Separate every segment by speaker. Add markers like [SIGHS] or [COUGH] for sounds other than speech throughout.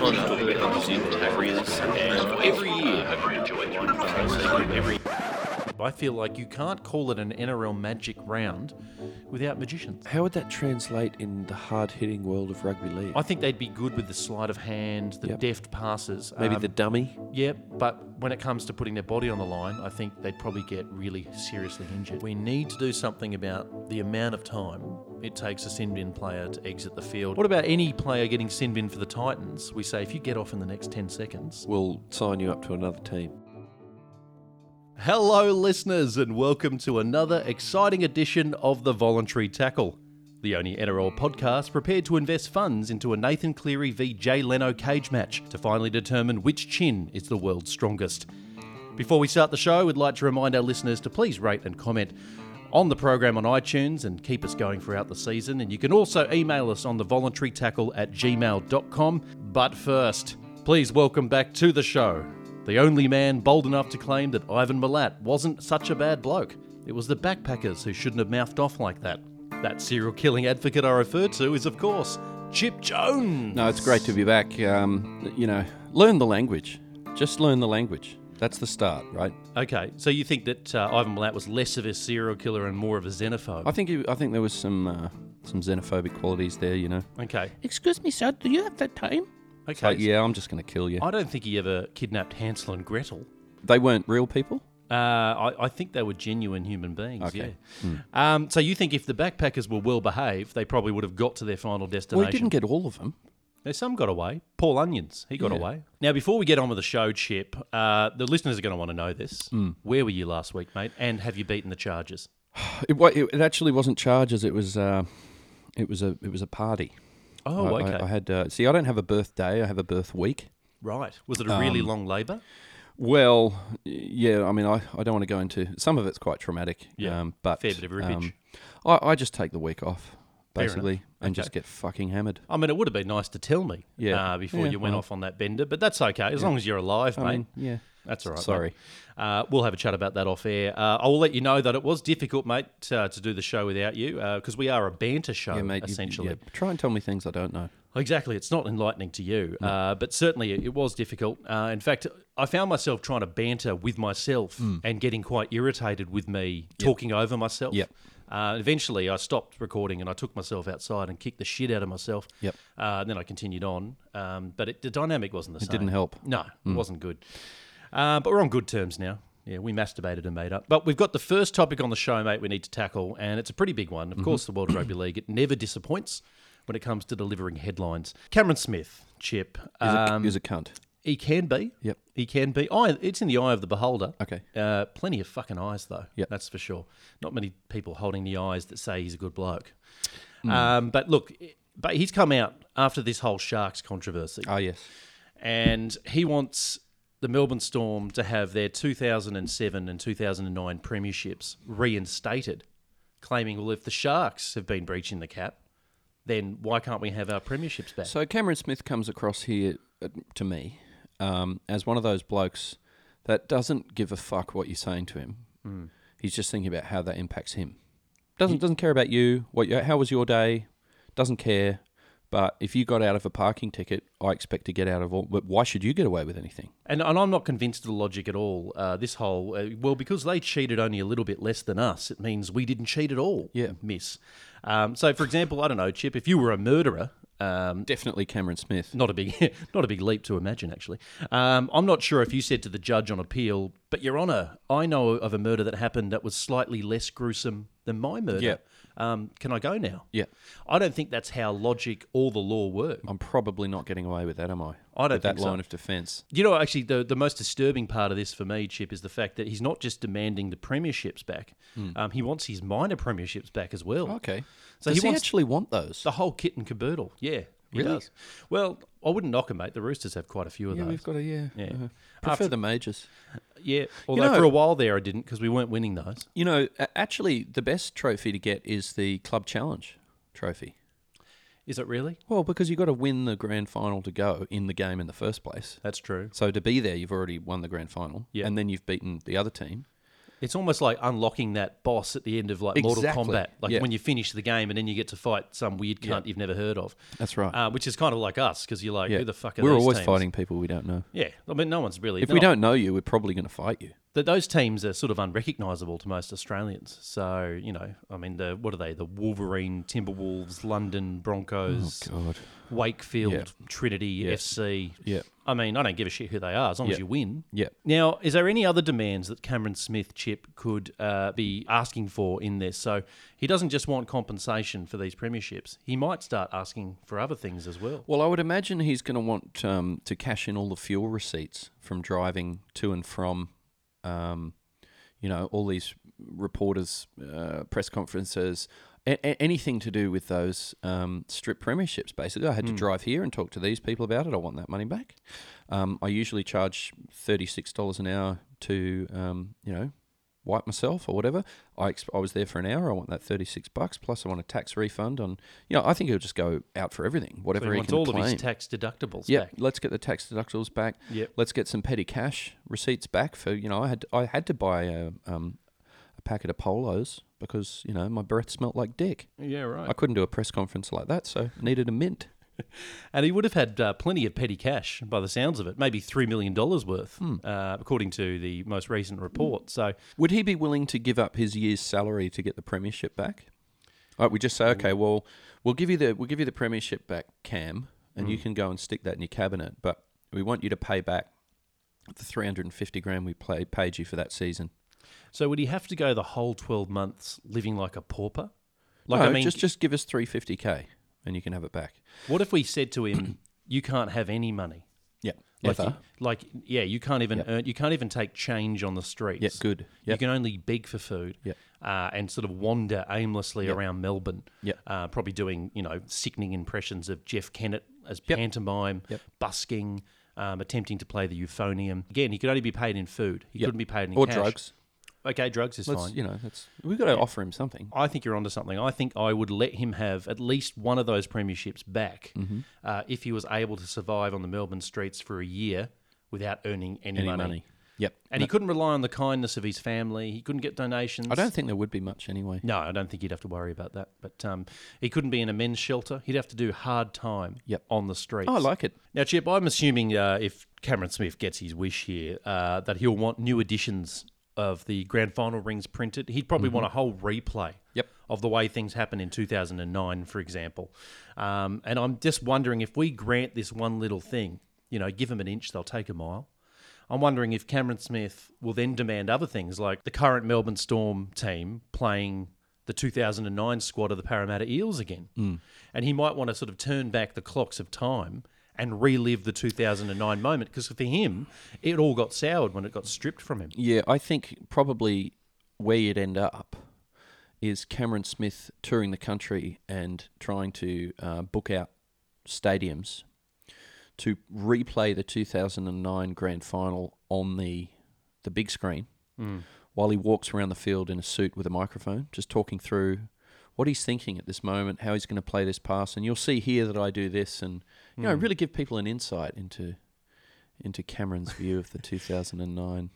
Speaker 1: well enough that it comes in every Uh, every year. I've enjoyed it. Every
Speaker 2: I feel like you can't call it an NRL magic round without magicians.
Speaker 3: How would that translate in the hard hitting world of rugby league?
Speaker 2: I think they'd be good with the sleight of hand, the
Speaker 3: Yep.
Speaker 2: deft passes.
Speaker 3: Maybe
Speaker 2: um,
Speaker 3: the dummy.
Speaker 2: Yeah, but when it comes to putting their body on the line, I think they'd probably get really seriously injured. We need to do something about the amount of time it takes a sin bin player to exit the field. What about any player getting sin bin for the Titans? We say if you get off in the next 10 seconds.
Speaker 3: We'll sign you up to another team.
Speaker 2: Hello, listeners, and welcome to another exciting edition of The Voluntary Tackle, the only NRL podcast prepared to invest funds into a Nathan Cleary v Jay Leno cage match to finally determine which chin is the world's strongest. Before we start the show, we'd like to remind our listeners to please rate and comment on the program on iTunes and keep us going throughout the season. And you can also email us on the voluntary tackle at gmail.com. But first, please welcome back to the show the only man bold enough to claim that Ivan Milat wasn't such a bad bloke. It was the backpackers who shouldn't have mouthed off like that. That serial killing advocate I referred to is, of course, Chip Jones.
Speaker 3: No, it's great to be back. Um, you know, learn the language. Just learn the language. That's the start, right?
Speaker 2: Okay, so you think that uh, Ivan Milat was less of a serial killer and more of a xenophobe?
Speaker 3: I think you, I think there was some uh, some xenophobic qualities there. You know,
Speaker 2: Okay,
Speaker 4: Excuse me, sir, do you have that time?
Speaker 2: okay.
Speaker 3: like yeah, I'm just going to kill you.
Speaker 2: I don't think he ever kidnapped Hansel and Gretel.
Speaker 3: They weren't real people.
Speaker 2: Uh, I, I think they were genuine human beings.
Speaker 3: Okay. Hmm.
Speaker 2: Yeah. Um, so you think if the backpackers were well behaved, they probably would have got to their final destination?
Speaker 3: Well, he didn't get all of them.
Speaker 2: Now, some got away. Paul Onions, he got
Speaker 3: Yeah.
Speaker 2: away. Now, before we get on with the show, Chip, uh, the listeners are going to want to know this.
Speaker 3: Hmm.
Speaker 2: Where were you last week, mate? And have you beaten the Chargers?
Speaker 3: It, wa- it, it actually wasn't charges. It was uh, it was a it was a party.
Speaker 2: Oh,
Speaker 3: I- I-
Speaker 2: okay.
Speaker 3: I, had uh, see. I don't have a birthday. I have a birth week.
Speaker 2: right. Was it a
Speaker 3: Um,
Speaker 2: really long labour?
Speaker 3: Well, yeah. I mean, I, I don't want to go into some of it's quite traumatic.
Speaker 2: Yeah,
Speaker 3: Um, but
Speaker 2: fair bit of rippage.
Speaker 3: um, I, I just take the week off
Speaker 2: enough.
Speaker 3: basically and
Speaker 2: Okay.
Speaker 3: just get fucking hammered.
Speaker 2: I mean, it would have been nice to tell me
Speaker 3: Yeah.
Speaker 2: uh, before
Speaker 3: Yeah,
Speaker 2: you went
Speaker 3: well.
Speaker 2: off on that bender, but that's okay. As long as you're alive, mate.
Speaker 3: I mean, yeah.
Speaker 2: That's all right. mate.
Speaker 3: Sorry.
Speaker 2: Uh, we'll have a chat about that off air. Uh, I will let you know that it was difficult, mate, uh, to do the show without you because we are a banter show,
Speaker 3: Yeah, mate. you-
Speaker 2: Oh, essentially.
Speaker 3: yeah, try and tell me things I don't know.
Speaker 2: Exactly. It's not enlightening to you, uh, but certainly it, it was difficult. Uh, in fact, I found myself trying to banter with myself
Speaker 3: Hmm.
Speaker 2: and getting quite irritated with me talking over myself.
Speaker 3: Yep.
Speaker 2: Uh, eventually, I stopped recording and I took myself outside and kicked the shit out of myself.
Speaker 3: Yep.
Speaker 2: Uh, and then I continued on, um, but it, the dynamic wasn't the same.
Speaker 3: didn't help. Hmm.
Speaker 2: No, it wasn't good. Uh, but we're on good terms now. Yeah, we masturbated and made up. But we've got the first topic on the show, mate, we need to tackle, and it's a pretty big one. Of course, the World Rugby League, it never disappoints when it comes to delivering headlines. Cameron Smith, Chip,
Speaker 3: He's,
Speaker 2: uh,
Speaker 3: a, he's a cunt.
Speaker 2: he can be.
Speaker 3: Yep.
Speaker 2: He can be. Eye, it's in the eye of the beholder.
Speaker 3: Okay.
Speaker 2: Uh, plenty of fucking eyes, though.
Speaker 3: Yep.
Speaker 2: That's for sure. Not many people holding the eyes that say he's a good bloke. Um, but look, but he's come out after this whole Sharks controversy
Speaker 3: Oh yes.
Speaker 2: and he wants the Melbourne Storm to have their 2007 and 2009 premierships reinstated, claiming, well, if the Sharks have been breaching the cap, then why can't we have our premierships back?
Speaker 3: So Cameron Smith comes across here uh, to me um, as one of those blokes that doesn't give a fuck what you're saying to him.
Speaker 2: Mm.
Speaker 3: He's just thinking about how that impacts him. Doesn't doesn't care about you. What? You, how was your day? Doesn't care. But if you got out of a parking ticket, I expect to get out of all. But why should you get away with anything?
Speaker 2: And, and I'm not convinced of the logic at all. Uh, this whole, uh, well, because they cheated only a little bit less than us, it means we didn't cheat at all,
Speaker 3: Yeah.
Speaker 2: miss. Um, so, for example, I don't know, Chip, if you were a murderer, um,
Speaker 3: Definitely Cameron Smith.
Speaker 2: not a big [LAUGHS] not a big leap to imagine actually um, i'm not sure if you said to the judge on appeal but your honor i know of a murder that happened that was slightly less gruesome than my murder
Speaker 3: Yeah.
Speaker 2: um, can i go now
Speaker 3: Yeah.
Speaker 2: i don't think that's how logic or the law work
Speaker 3: I'm probably not getting away with that, am I?
Speaker 2: I don't
Speaker 3: with that
Speaker 2: think so.
Speaker 3: line of defence.
Speaker 2: you know actually the, the most disturbing part of this for me chip is the fact that he's not just demanding the premierships back um, he wants his minor premierships back as well
Speaker 3: Hmm. Okay.
Speaker 2: So
Speaker 3: So Does
Speaker 2: he
Speaker 3: he,
Speaker 2: wants-
Speaker 3: actually want those?
Speaker 2: the whole kit and caboodle yeah he
Speaker 3: Really?
Speaker 2: does. well i wouldn't knock him mate the roosters have quite a few of
Speaker 3: Yeah,
Speaker 2: those
Speaker 3: we've got a yeah.
Speaker 2: Yeah.
Speaker 3: Uh, prefer the majors.
Speaker 2: Yeah, although
Speaker 3: know-
Speaker 2: for a while there I didn't because we weren't winning those.
Speaker 3: You know, a- actually, the best trophy to get is the club challenge trophy.
Speaker 2: Is it really?
Speaker 3: Well, because you've got to win the grand final to go in the game in the first place.
Speaker 2: That's true.
Speaker 3: So to be there, you've already won the grand final,
Speaker 2: Yeah.
Speaker 3: and then you've beaten the other team,
Speaker 2: It's almost like unlocking that boss at the end of like Mortal
Speaker 3: Exactly.
Speaker 2: Kombat, like
Speaker 3: Yeah.
Speaker 2: when you finish the game and then you get to fight some weird cunt you've never heard of.
Speaker 3: That's right.
Speaker 2: Uh, which is kind of like us because you're like,
Speaker 3: yeah.
Speaker 2: who the fuck are
Speaker 3: We're
Speaker 2: those
Speaker 3: always
Speaker 2: teams?
Speaker 3: fighting people we don't know.
Speaker 2: Yeah, I mean, no one's really.
Speaker 3: If we don't know you, we're probably going to fight you.
Speaker 2: th- those teams are sort of unrecognisable to most Australians. So you know, I mean, the what are they? The Wolverine, Timberwolves, London Broncos,
Speaker 3: Oh, God.
Speaker 2: Wakefield,
Speaker 3: Yeah.
Speaker 2: Trinity FC.
Speaker 3: Yeah.
Speaker 2: I mean, I don't give a shit who they are as long as
Speaker 3: Yeah.
Speaker 2: you win.
Speaker 3: Yeah.
Speaker 2: Now, is there any other demands that Cameron Smith Chip could uh, be asking for in this? So he doesn't just want compensation for these premierships. He might start asking for other things as well.
Speaker 3: Well, I would imagine he's going to want um, to cash in all the fuel receipts from driving to and from, um, you know, all these reporters, uh, press conferences, a- a- anything to do with those um, strip premierships. Basically, I
Speaker 2: Hmm.
Speaker 3: had to drive here and talk to these people about it. I want that money back. Um, I usually charge thirty six dollars an hour to, um, you know. Wipe myself or whatever. I exp- I was there for an hour. I want that thirty six bucks plus. I want a tax refund on. You know, I think he'll just go out for everything. Whatever
Speaker 2: So he
Speaker 3: he
Speaker 2: wants
Speaker 3: can
Speaker 2: all
Speaker 3: claim.
Speaker 2: of his tax deductibles
Speaker 3: Yeah,
Speaker 2: back.
Speaker 3: let's get the tax deductibles back.
Speaker 2: Yep.
Speaker 3: Let's get some petty cash receipts back for you know I had I had to buy a um a packet of polos because you know my breath smelt like dick.
Speaker 2: Yeah, right.
Speaker 3: I couldn't do a press conference like that, so needed a mint.
Speaker 2: And he would have had uh, plenty of petty cash by the sounds of it, maybe $3 million worth,
Speaker 3: Hmm.
Speaker 2: uh, according to the most recent report. So,
Speaker 3: Would he be willing to give up his year's salary to get the premiership back? Like we just say, okay, well, we'll give you the we'll give you the premiership back, Cam, and
Speaker 2: Mm.
Speaker 3: you can go and stick that in your cabinet, but we want you to pay back the three hundred and fifty grand we play, paid you for that season.
Speaker 2: so would he have to go the whole 12 months living like a pauper? Like,
Speaker 3: no,
Speaker 2: I mean,
Speaker 3: just just give us three fifty k, and you can have it back.
Speaker 2: what if we said to him, [CLEARS THROAT] you can't have any money?
Speaker 3: Yeah, uh,
Speaker 2: Like, you- like, yeah, you can't even earn, you can't even take change on the streets.
Speaker 3: Yeah, good.
Speaker 2: You
Speaker 3: Yep.
Speaker 2: can only beg for food
Speaker 3: Yep.
Speaker 2: uh, and sort of wander aimlessly around Melbourne.
Speaker 3: Yep.
Speaker 2: Uh, probably doing, you know, sickening impressions of Jeff Kennett as pantomime,
Speaker 3: Yep.
Speaker 2: busking, um, attempting to play the euphonium. Again, he could only be paid in food. He couldn't be paid in
Speaker 3: or
Speaker 2: cash.
Speaker 3: drugs.
Speaker 2: Okay, drugs is
Speaker 3: Let's
Speaker 2: fine.
Speaker 3: you know that's we've got to offer him something.
Speaker 2: I think you're onto something. I think I would let him have at least one of those premierships back
Speaker 3: Mm-hmm.
Speaker 2: uh, if he was able to survive on the Melbourne streets for a year without earning any,
Speaker 3: Any
Speaker 2: money.
Speaker 3: money. Yep.
Speaker 2: And he couldn't rely on the kindness of his family. He couldn't get donations.
Speaker 3: I don't think there would be much anyway.
Speaker 2: No, I don't think he'd have to worry about that. But um, he couldn't be in a men's shelter. He'd have to do hard time
Speaker 3: Yep.
Speaker 2: on the streets.
Speaker 3: Oh, I like it.
Speaker 2: Now, Chip, I'm assuming uh, if Cameron Smith gets his wish here, uh, that he'll want new editions of the grand final rings printed. He'd probably want a whole replay
Speaker 3: Mm-hmm. Yep.
Speaker 2: of the way things happened in 2009, for example. Um, and I'm just wondering if we grant this one little thing, you know, give them an inch, they'll take a mile. I'm wondering if Cameron Smith will then demand other things like the current Melbourne Storm team playing the 2009 squad of the Parramatta Eels again. And he might want to sort of turn back the clocks of time and relive the 2009 moment because for him, it all got soured when it got stripped from him.
Speaker 3: Yeah, I think probably where you'd end up is Cameron Smith touring the country and trying to uh, book out stadiums to replay the 2009 grand final on the the big screen while he walks around the field in a suit with a microphone, just talking through what he's thinking at this moment, how he's going to play this pass, and you'll see here that I do this, and you know, really give people an insight into into Cameron's view of the 2009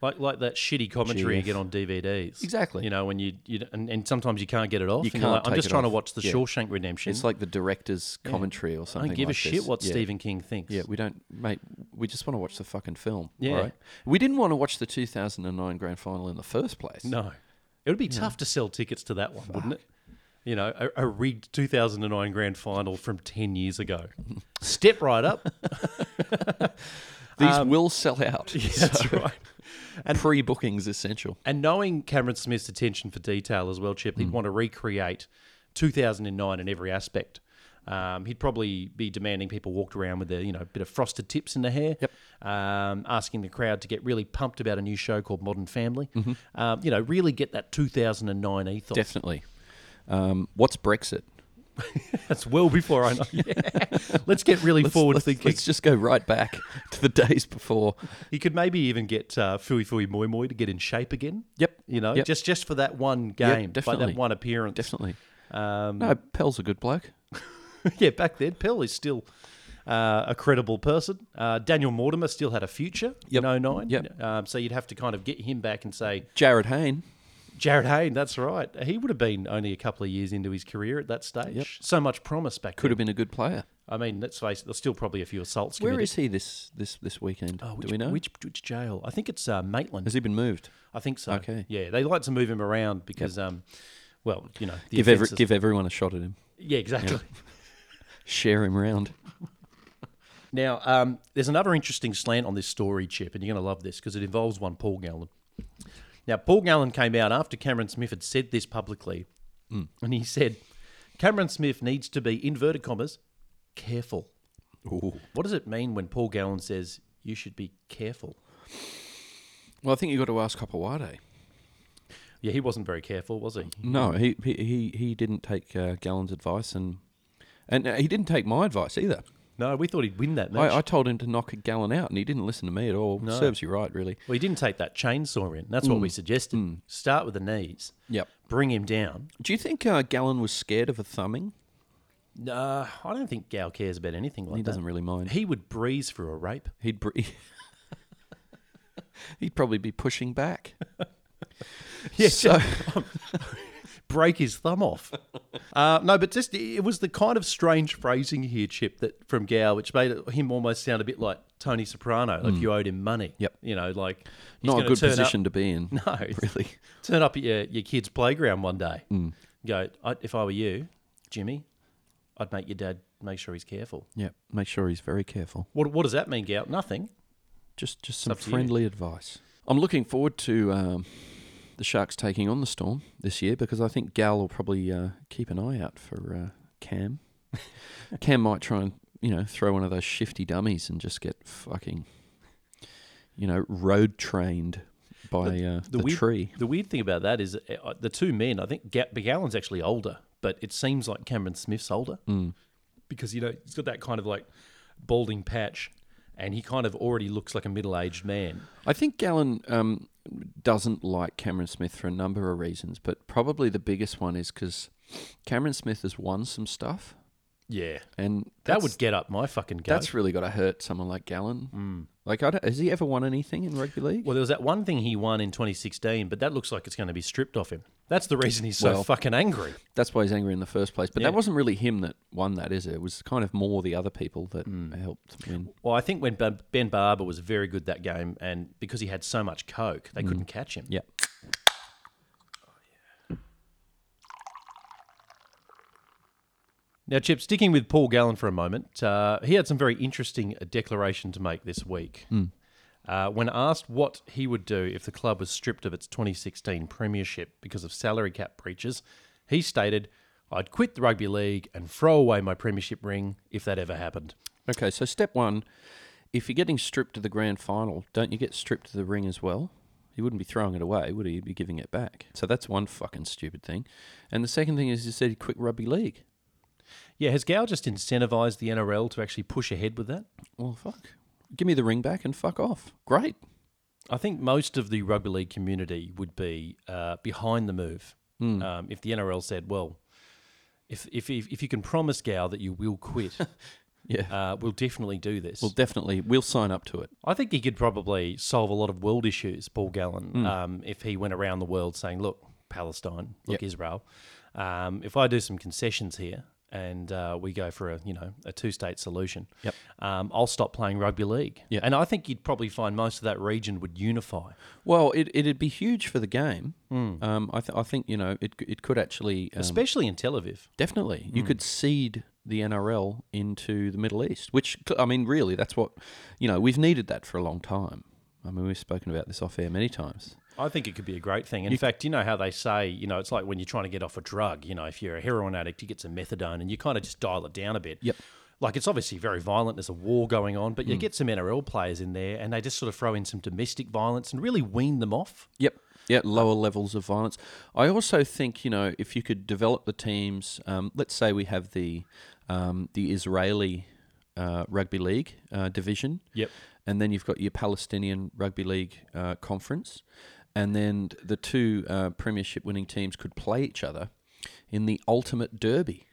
Speaker 2: Like like that shitty commentary you
Speaker 3: GF.
Speaker 2: get on DVDs.
Speaker 3: Exactly.
Speaker 2: You know, when you, you and, and sometimes you can't get it off.
Speaker 3: You
Speaker 2: and you're like,
Speaker 3: can't
Speaker 2: I'm
Speaker 3: take
Speaker 2: just
Speaker 3: it
Speaker 2: trying to
Speaker 3: off."
Speaker 2: watch the
Speaker 3: Yeah.
Speaker 2: Shawshank Redemption.
Speaker 3: It's like the director's commentary or
Speaker 2: I
Speaker 3: something.
Speaker 2: don't give a
Speaker 3: like
Speaker 2: shit
Speaker 3: this.
Speaker 2: what
Speaker 3: yeah.
Speaker 2: Stephen King thinks.
Speaker 3: Yeah, we don't, mate. We just want to watch the fucking film.
Speaker 2: Yeah.
Speaker 3: alright? We didn't want to watch the 2009 grand final in the first place.
Speaker 2: No. It would be tough to sell tickets to that one, wouldn't it? You know, a, a rigged 2009 grand final from 10 years ago. [LAUGHS] Step right
Speaker 3: [LAUGHS]
Speaker 2: up. Um,
Speaker 3: These will sell
Speaker 2: [LAUGHS]
Speaker 3: out.
Speaker 2: That's right.
Speaker 3: Pre bookings essential.
Speaker 2: And knowing Cameron Smith's attention for detail as well, Chip, he'd
Speaker 3: Hmm.
Speaker 2: want to recreate 2009 in every aspect. Um, he'd probably be demanding people walked around with their, you know, bit of frosted tips in their hair. Yep. Um, asking the crowd to get really pumped about a new show called Modern Family. Um, you know, really get that 2009 ethos.
Speaker 3: Mm-hmm. Definitely. Um, what's Brexit?
Speaker 2: That's well before
Speaker 3: [LAUGHS]
Speaker 2: I know. [LAUGHS] Let's get really forward
Speaker 3: let's,
Speaker 2: thinking.
Speaker 3: let's just go right back [LAUGHS] to the days before.
Speaker 2: He could maybe even get uh, Fui Fui Moi Moi to get in shape again.
Speaker 3: Yep.
Speaker 2: You know,
Speaker 3: Yep.
Speaker 2: just just for that one game, for
Speaker 3: definitely.
Speaker 2: that one appearance.
Speaker 3: Definitely.
Speaker 2: Um,
Speaker 3: No, Pell's a good bloke.
Speaker 2: [LAUGHS] yeah, back then, Pell is still. uh, a credible person. Uh, Daniel Mortimer still had a future
Speaker 3: Yep.
Speaker 2: in 09.
Speaker 3: Yep.
Speaker 2: Um, so you'd have to kind of get him back and say,
Speaker 3: Jared Hayne.
Speaker 2: Jared Hayne, that's right. He would have been only a couple of years into his career at that stage. So much promise back
Speaker 3: Could
Speaker 2: then.
Speaker 3: have been a good player.
Speaker 2: I mean, let's face it, there's still probably a few assaults
Speaker 3: Where
Speaker 2: committed.
Speaker 3: is he this this this weekend?
Speaker 2: Oh, which,
Speaker 3: Do we know?
Speaker 2: Which, which jail? I think it's uh, Maitland.
Speaker 3: Has he been moved?
Speaker 2: I think so.
Speaker 3: Okay.
Speaker 2: Yeah, they like to move him around because, um, well, you know, the
Speaker 3: Give every,
Speaker 2: offences-
Speaker 3: give everyone a shot at him.
Speaker 2: yeah, exactly. [LAUGHS]
Speaker 3: Share him round.
Speaker 2: Now, um, there's another interesting slant on this story, Chip, and you're going to love this because it involves one Paul Gallen. Now, Paul Gallen came out after Cameron Smith had said this publicly,
Speaker 3: Hmm.
Speaker 2: and he said, Cameron Smith needs to be, inverted commas, careful. What does it mean when Paul Gallen says, you should be careful?
Speaker 3: Well, I think you've got to ask Hopewade.
Speaker 2: Yeah, he wasn't very careful, was he?
Speaker 3: No, he he, he, he didn't take uh, Gallon's advice, and and uh, he didn't take my advice either.
Speaker 2: No, we thought he'd win that match.
Speaker 3: I, I told him to knock Gallon out, and he didn't listen to me at all. Serves you right, really.
Speaker 2: Well, he didn't take that chainsaw in. That's what we suggested. Start with the knees.
Speaker 3: Hmm. Yep.
Speaker 2: Bring him down.
Speaker 3: Do you think uh, Gallon was scared of a thumbing?
Speaker 2: Uh, I don't think Gal cares about anything like
Speaker 3: He
Speaker 2: that.
Speaker 3: doesn't really mind.
Speaker 2: He would breeze for a
Speaker 3: [LAUGHS]
Speaker 2: rape.
Speaker 3: He'd br- he'd probably be pushing back.
Speaker 2: Yeah,
Speaker 3: So
Speaker 2: um, [LAUGHS] break his thumb off. uh, no, but just it was the kind of strange phrasing here, Chip, that from Gow, which made him almost sound a bit like Tony Soprano, like you owed him money.
Speaker 3: Mm. Yep.
Speaker 2: You know, like he's
Speaker 3: not a
Speaker 2: gonna
Speaker 3: good
Speaker 2: turn
Speaker 3: position
Speaker 2: Up,
Speaker 3: to be in.
Speaker 2: [LAUGHS] no,
Speaker 3: [LAUGHS] really. Mm.
Speaker 2: Turn up at your, your kid's playground one day. Go, I, if I were you, Jimmy, I'd make your dad make sure he's careful.
Speaker 3: Yeah, make sure he's very careful.
Speaker 2: What, what does that mean, Gout? Nothing.
Speaker 3: Just just some
Speaker 2: up to you.
Speaker 3: friendly advice. I'm looking forward to um, the Sharks taking on the Storm this year because I think Gal will probably uh, keep an eye out for uh, Cam.
Speaker 2: [LAUGHS]
Speaker 3: Cam might try and you know throw one of those shifty dummies and just get fucking you know road trained by uh, the,
Speaker 2: weird,
Speaker 3: tree.
Speaker 2: The weird thing about that is uh, the two men. I think Ga- Big Allen's actually older, but it seems like Cameron Smith's older
Speaker 3: Hmm.
Speaker 2: because you know he's got that kind of like balding patch, and he kind of already looks like a middle-aged man.
Speaker 3: I think Gallen um, doesn't like Cameron Smith for a number of reasons, but probably the biggest one is because Cameron Smith has won some stuff,
Speaker 2: Yeah,
Speaker 3: and
Speaker 2: that
Speaker 3: that's-
Speaker 2: would get up my fucking goat.
Speaker 3: that's really got to hurt someone like Gallen.
Speaker 2: Mm.
Speaker 3: Like, I don't, has he ever won anything in rugby league?
Speaker 2: well, there was that one thing he won in 2016, but that looks like it's going to be stripped off him. That's the reason he's so
Speaker 3: Well-
Speaker 2: fucking angry.
Speaker 3: That's why he's angry in the first place. But
Speaker 2: Yeah.
Speaker 3: that wasn't really him that won that, is it? It was kind of more the other people that
Speaker 2: Mm.
Speaker 3: helped win.
Speaker 2: Well, I think when Ben Ben Barber was very good that game, and because he had so much coke,
Speaker 3: Hmm.
Speaker 2: they couldn't catch him.
Speaker 3: Yeah.
Speaker 2: Now, Chip, sticking with Paul Gallen for a moment, uh, he had some very interesting declaration to make this week. Uh, when asked what he would do if the club was stripped of its 2016 premiership because of salary cap breaches, he stated, I'd quit the rugby league and throw away my premiership ring if that ever happened.
Speaker 3: Okay, so step one if you're getting stripped to the grand final, don't you get stripped to the ring as well? He wouldn't be throwing it away, would he? He'd be giving it back. So that's one fucking stupid thing. And the second thing is he said he'd quit rugby league.
Speaker 2: Yeah, has Gow just incentivised the NRL to actually push ahead with that?
Speaker 3: Well, fuck. Give me the ring back and fuck off. Great.
Speaker 2: I think most of the rugby league community would be uh, behind the move
Speaker 3: Hmm.
Speaker 2: um, if the NRL said, well, if, if, if, if you can promise Gow that you will
Speaker 3: [LAUGHS]
Speaker 2: quit,
Speaker 3: Yeah.
Speaker 2: uh, we'll definitely do this.
Speaker 3: well, definitely. We'll sign up to it.
Speaker 2: I think he could probably solve a lot of world issues, Paul Gallen,
Speaker 3: Hmm.
Speaker 2: um, if he went around the world saying, look, Palestine, look,
Speaker 3: Yep.
Speaker 2: Israel, um, if I do some concessions here and uh, we go for a, you know, a two-state solution,
Speaker 3: Yep.
Speaker 2: um, I'll stop playing rugby league.
Speaker 3: Yeah.
Speaker 2: And I think you'd probably find most of that region would unify.
Speaker 3: Well, it, it'd be huge for the game. Um, I, th- I think, you know, it, c- it could actually. Um,
Speaker 2: especially in Tel Aviv.
Speaker 3: definitely. You could seed the NRL into the Middle East, which, cl- I mean, really, that's what, you know, we've needed that for a long time. I mean, we've spoken about this off air many times.
Speaker 2: I think it could be a great thing. In fact, you know how they say, you know, it's like when you're trying to get off a drug, you know, if you're a heroin addict, you get some methadone and you kind of just dial it down a bit.
Speaker 3: Yep.
Speaker 2: Like it's obviously very violent. There's a war going on, but you get some NRL players in there and they just sort of throw in some domestic violence and really wean them off.
Speaker 3: Yep.
Speaker 2: Uh,
Speaker 3: Yeah, lower levels of violence. I also think you know if you could develop the teams. Um, let's say we have the um, the Israeli uh, rugby league uh, division.
Speaker 2: Yep.
Speaker 3: And then you've got your Palestinian rugby league uh, conference, and then the two uh, premiership winning teams could play each other in the ultimate derby.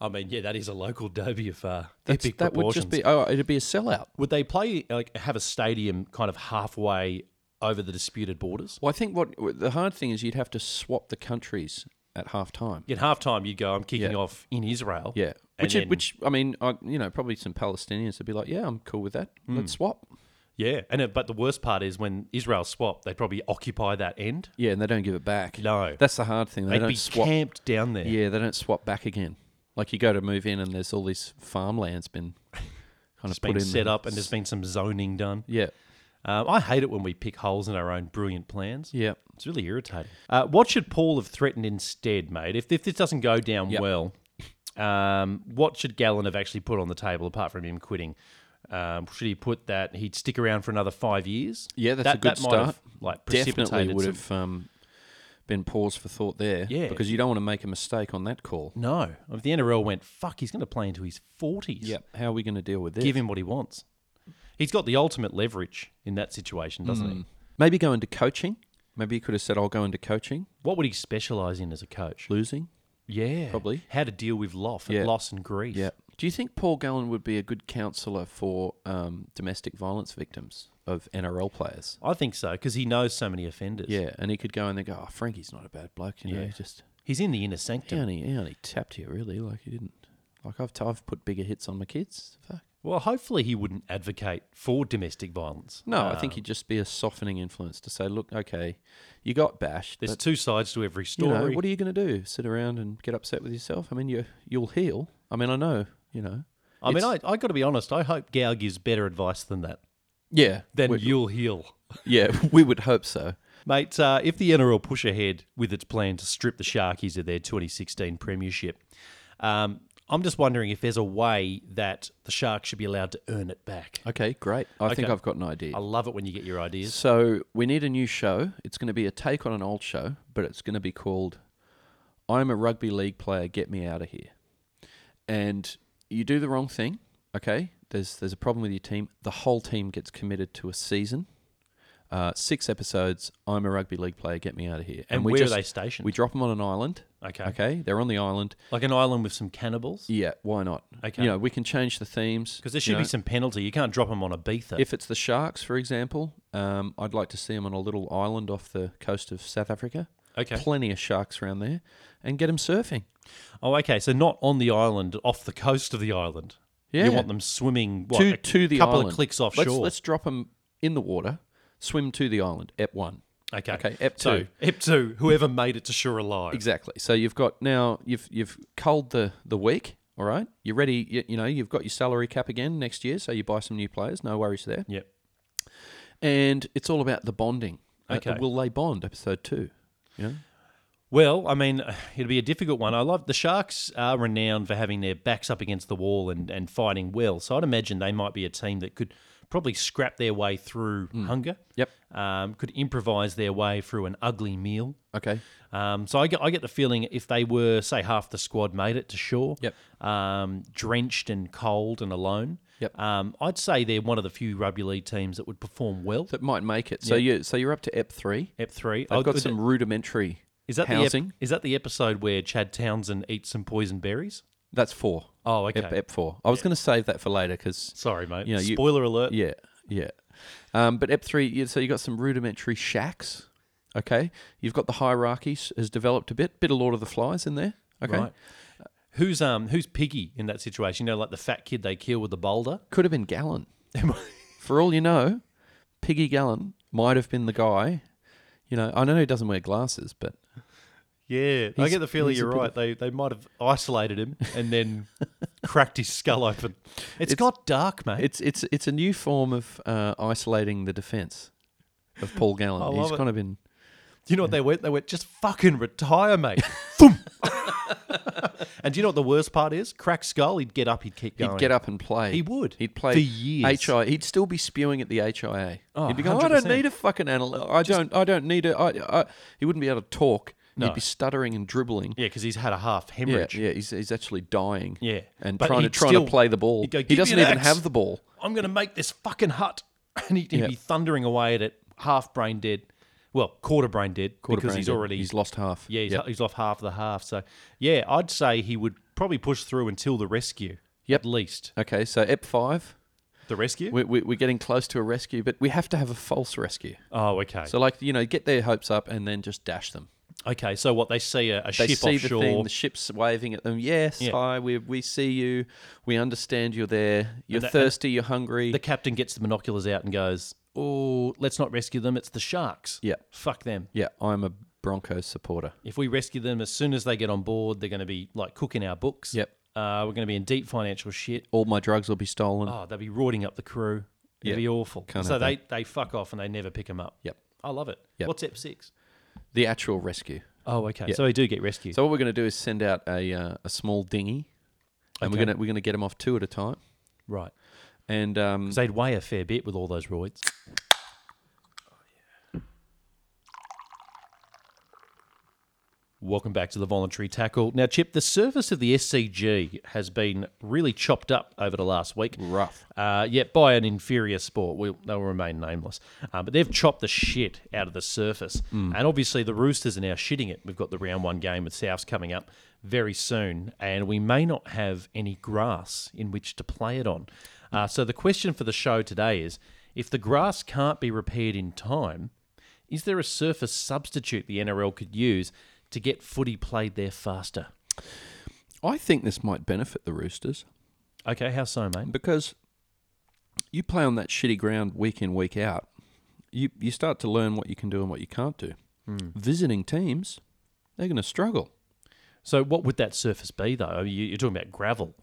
Speaker 2: I mean, yeah, that is a local derby of uh,
Speaker 3: That's-
Speaker 2: epic
Speaker 3: that would
Speaker 2: proportions.
Speaker 3: just be oh, it'd be a sellout.
Speaker 2: Would they play like have a stadium kind of halfway over the disputed borders?
Speaker 3: Well, I think what the hard thing is you'd have to swap the countries at half time.
Speaker 2: At halftime, you go, "I'm kicking
Speaker 3: Yeah.
Speaker 2: off in Israel."
Speaker 3: Yeah,
Speaker 2: And
Speaker 3: which
Speaker 2: then-
Speaker 3: which I mean, I, you know, probably some Palestinians would be like, yeah, I'm cool with that.
Speaker 2: Hmm.
Speaker 3: Let's swap.
Speaker 2: yeah, and it, but the worst part is when Israel swap, they probably occupy that end.
Speaker 3: Yeah, and they don't give it back.
Speaker 2: No.
Speaker 3: that's the hard thing. They
Speaker 2: They'd
Speaker 3: don't
Speaker 2: be
Speaker 3: swap.
Speaker 2: camped down there.
Speaker 3: Yeah, they don't swap back again. Like you go to move in, and there's all this farmland's
Speaker 2: [LAUGHS]
Speaker 3: been kind of
Speaker 2: It's
Speaker 3: put
Speaker 2: been
Speaker 3: in
Speaker 2: set
Speaker 3: there.
Speaker 2: up, and there's been some zoning done.
Speaker 3: Yeah,
Speaker 2: Um, I hate it when we pick holes in our own brilliant plans.
Speaker 3: yeah.
Speaker 2: It's really irritating. Uh, what should Paul have threatened instead, mate? If, if this doesn't go down
Speaker 3: Yep.
Speaker 2: well, um, what should Gallen have actually put on the table apart from him quitting? Um, should he put that he'd stick around for another five years?
Speaker 3: Yeah, that's a
Speaker 2: That-
Speaker 3: good
Speaker 2: that might have,
Speaker 3: start.
Speaker 2: like
Speaker 3: Definitely
Speaker 2: precipitated
Speaker 3: would
Speaker 2: some-
Speaker 3: have um, been pause for thought there.
Speaker 2: Yeah. Mm.
Speaker 3: because you don't want to make a mistake on that call.
Speaker 2: No, if the NRL went fuck, he's going to play into his forties.
Speaker 3: Yeah, how are we going to deal with this?
Speaker 2: give him what he wants. He's got the ultimate leverage in that situation, doesn't
Speaker 3: Mm.
Speaker 2: he?
Speaker 3: Maybe go into coaching. Maybe you could have said, "I'll go into coaching."
Speaker 2: What would he specialise in as a coach?
Speaker 3: Losing.
Speaker 2: Yeah,
Speaker 3: Probably.
Speaker 2: how to deal with loss,
Speaker 3: Yeah.
Speaker 2: loss and grief.
Speaker 3: Yeah. Do you think Paul Gallen would be a good counsellor for um, domestic violence victims of NRL players?
Speaker 2: I think so because he knows so many offenders.
Speaker 3: Yeah, and he could go in there and go, "Oh, Frankie's not a bad bloke. You know,
Speaker 2: Yeah.
Speaker 3: he just
Speaker 2: He's in the inner
Speaker 3: he
Speaker 2: sanctum.
Speaker 3: only, he only tapped you really. Like he didn't. Like I've I've put bigger hits on my kids. Fuck.
Speaker 2: Well, hopefully he wouldn't advocate for domestic violence.
Speaker 3: No, I think he'd just be a softening influence to say, "Look, okay, you got bashed.
Speaker 2: There's
Speaker 3: but,
Speaker 2: two sides to every
Speaker 3: you
Speaker 2: story.
Speaker 3: know, what are you going to do? Sit around and get upset with yourself? I mean, you you'll heal. I mean, I know. You know.
Speaker 2: I mean,
Speaker 3: it's-
Speaker 2: I, I got to be honest. I hope Gao gives better advice than that.
Speaker 3: yeah.
Speaker 2: Then
Speaker 3: we-
Speaker 2: you'll heal.
Speaker 3: yeah, [LAUGHS] we would hope so.
Speaker 2: Mate, uh, if the NRL push ahead with its plan to strip the Sharkies of their 2016 premiership, um, I'm just wondering if there's a way that the Sharks should be allowed to earn it back.
Speaker 3: Okay, great. I think
Speaker 2: Okay.
Speaker 3: I've got an idea.
Speaker 2: I love it when you get your ideas.
Speaker 3: So we need a new show. It's going to be a take on an old show, but it's going to be called "I'm a rugby league player. Get me out of here." And you do the wrong thing, okay? There's there's a problem with your team. The whole team gets committed to a season, uh, six episodes. I'm a rugby league player. Get me out of here.
Speaker 2: And,
Speaker 3: we
Speaker 2: where
Speaker 3: just-
Speaker 2: are they stationed?
Speaker 3: We drop them on an island.
Speaker 2: Okay.
Speaker 3: Okay. They're on the island.
Speaker 2: like an island with some cannibals?
Speaker 3: Yeah. Why not?
Speaker 2: Okay.
Speaker 3: You know, we can change the themes
Speaker 2: Because there
Speaker 3: you
Speaker 2: should
Speaker 3: know.
Speaker 2: be some penalty. You can't drop them on a beather.
Speaker 3: If it's the sharks, for example, um, I'd like to see them on a little island off the coast of South Africa.
Speaker 2: Okay.
Speaker 3: Plenty of sharks around there, and get them surfing.
Speaker 2: Oh, okay. So not on the island, off the coast of the island.
Speaker 3: Yeah.
Speaker 2: You want them swimming what,
Speaker 3: to
Speaker 2: a
Speaker 3: to the
Speaker 2: couple
Speaker 3: island.
Speaker 2: of clicks offshore.
Speaker 3: Let's, let's drop them in the water, swim to the island. Ep one.
Speaker 2: okay.
Speaker 3: okay, ep
Speaker 2: So,
Speaker 3: two.
Speaker 2: Ep two. Whoever made it to shore alive.
Speaker 3: Exactly. So you've got now you've you've culled the the week. All right. You're ready. You, you know you've got your salary cap again next year, so you buy some new players. No worries there.
Speaker 2: Yep.
Speaker 3: And it's all about the bonding. Uh,
Speaker 2: Okay.
Speaker 3: will they bond? Episode two. You know?
Speaker 2: Well, I mean, [SIGHS] it'll be a difficult one. I love the Sharks are renowned for having their backs up against the wall and, and fighting well. So I'd imagine they might be a team that could probably scrap their way through
Speaker 3: Hmm.
Speaker 2: hunger.
Speaker 3: Yep.
Speaker 2: Um, could improvise their way through an ugly meal.
Speaker 3: Okay.
Speaker 2: Um, so I get, I get the feeling if they were, say, half the squad made it to shore,
Speaker 3: Yep.
Speaker 2: um, drenched and cold and alone,
Speaker 3: Yep.
Speaker 2: um, I'd say they're one of the few rugby league teams that would perform well.
Speaker 3: that might make it. So you so you're up to ep three.
Speaker 2: Ep three,
Speaker 3: I've
Speaker 2: Oh,
Speaker 3: got
Speaker 2: is
Speaker 3: some
Speaker 2: it-
Speaker 3: rudimentary
Speaker 2: Is that the
Speaker 3: housing.
Speaker 2: ep- is that the episode where Chad Townsend eats some poison berries?
Speaker 3: That's four.
Speaker 2: Oh, okay.
Speaker 3: Ep, ep four. I was going to save that for later because
Speaker 2: Sorry, mate.
Speaker 3: You know, you-
Speaker 2: Spoiler alert.
Speaker 3: yeah, yeah. Um, but ep three. You, so you got some rudimentary shacks. Okay, you've got the hierarchies has developed a bit. Bit of Lord of the Flies in there. Okay,
Speaker 2: Right. Who's um who's Piggy in that situation? You know, like the fat kid they kill with the boulder.
Speaker 3: could have been Gallon.
Speaker 2: [LAUGHS]
Speaker 3: For all you know, Piggy Gallon might have been the guy. You know, I know he doesn't wear glasses, but
Speaker 2: Yeah, I
Speaker 3: He's-
Speaker 2: get the feeling
Speaker 3: he's a
Speaker 2: you're
Speaker 3: bit
Speaker 2: right.
Speaker 3: of-
Speaker 2: They they might have isolated him and [LAUGHS] then cracked his skull open. it's
Speaker 3: It's-
Speaker 2: got dark, mate.
Speaker 3: It's it's it's a new form of uh, isolating the defence of [LAUGHS] Paul
Speaker 2: I
Speaker 3: Gallen.
Speaker 2: love
Speaker 3: He's
Speaker 2: it.
Speaker 3: kind of been
Speaker 2: Do you know what they went? They went, just fucking retire, [LAUGHS] mate. Boom. and do you know what the worst part is? Crack skull, he'd get up, he'd keep going.
Speaker 3: he'd get up and play.
Speaker 2: He would.
Speaker 3: He'd play
Speaker 2: For years.
Speaker 3: HI. He'd still be spewing at the HIA.
Speaker 2: Oh,
Speaker 3: he'd be going, I don't
Speaker 2: 100%.
Speaker 3: need a fucking analyst. I don't. I don't need a. I, I, he wouldn't be able to talk. He'd be stuttering and dribbling.
Speaker 2: Yeah, because he's had a half
Speaker 3: Yeah,
Speaker 2: hemorrhage.
Speaker 3: yeah, he's, he's actually dying.
Speaker 2: Yeah.
Speaker 3: and
Speaker 2: But
Speaker 3: trying to
Speaker 2: he'd
Speaker 3: trying
Speaker 2: still-
Speaker 3: to play the ball.
Speaker 2: he'd go,
Speaker 3: he
Speaker 2: "Give me
Speaker 3: doesn't
Speaker 2: an
Speaker 3: even
Speaker 2: axe."
Speaker 3: have the ball.
Speaker 2: I'm going to make this fucking hut. [LAUGHS] And he'd, he'd
Speaker 3: Yeah.
Speaker 2: be thundering away at it, half brain dead. Well, quarter brain dead
Speaker 3: Quarter
Speaker 2: because
Speaker 3: brain
Speaker 2: he's
Speaker 3: dead.
Speaker 2: already.
Speaker 3: he's lost half.
Speaker 2: yeah, he's,
Speaker 3: Yep.
Speaker 2: he's off half the half. So, yeah, I'd say he would probably push through until the rescue.
Speaker 3: Yep.
Speaker 2: At least.
Speaker 3: Okay, so EP five.
Speaker 2: The rescue?
Speaker 3: We, we, we're getting close to a rescue, but we have to have a false rescue.
Speaker 2: oh, okay.
Speaker 3: So, like, you know, get their hopes up and then just dash them.
Speaker 2: okay, so what? They see a, a
Speaker 3: They
Speaker 2: ship
Speaker 3: see
Speaker 2: offshore.
Speaker 3: the thing, the ship's waving at them. Yes,
Speaker 2: Yeah.
Speaker 3: hi, we, we see you. We understand you're there. You're
Speaker 2: that- and-
Speaker 3: thirsty, you're hungry.
Speaker 2: The captain gets the binoculars out and goes, "Oh, let's not rescue them. It's the sharks.
Speaker 3: Yeah.
Speaker 2: fuck them.
Speaker 3: yeah, I'm a Broncos supporter.
Speaker 2: If we rescue them as soon as they get on board, they're going to be like cooking our books.
Speaker 3: Yep.
Speaker 2: uh, we're going to be in deep financial shit.
Speaker 3: All my drugs will be stolen.
Speaker 2: Oh, they'll be roiding up the crew. It'll
Speaker 3: Yeah.
Speaker 2: be awful.
Speaker 3: Can't
Speaker 2: so
Speaker 3: have
Speaker 2: they they fuck off and they never pick them up.
Speaker 3: Yep.
Speaker 2: I love it.
Speaker 3: Yep.
Speaker 2: What's Ep six?
Speaker 3: The actual rescue.
Speaker 2: Oh, okay. So they do get rescued.
Speaker 3: So what we're going to do is send out a uh, a small dinghy, and we're
Speaker 2: Okay.
Speaker 3: going to we're going to get them off two at a time.
Speaker 2: right.
Speaker 3: And um,
Speaker 2: 'Cause they'd weigh a fair bit with all those roids. Welcome back to the voluntary tackle. Now, Chip, the surface of the SCG has been really chopped up over the last week.
Speaker 3: Rough.
Speaker 2: Uh, yet by an inferior sport. We'll, they'll remain nameless. Uh, but they've chopped the shit out of the surface. And obviously, the Roosters are now shitting it. We've got the round one game with Souths coming up very soon. And we may not have any grass in which to play it on. Uh, so the question for the show today is if the grass can't be repaired in time, is there a surface substitute the NRL could use to get footy played there faster?
Speaker 3: I think this might benefit the Roosters
Speaker 2: Okay, how so, mate?
Speaker 3: because you play on that shitty ground week in week out. You you start to learn what you can do and what you can't do. Visiting teams, they're going to struggle.
Speaker 2: So, what would that surface be, though? I mean, you- You're talking about gravel.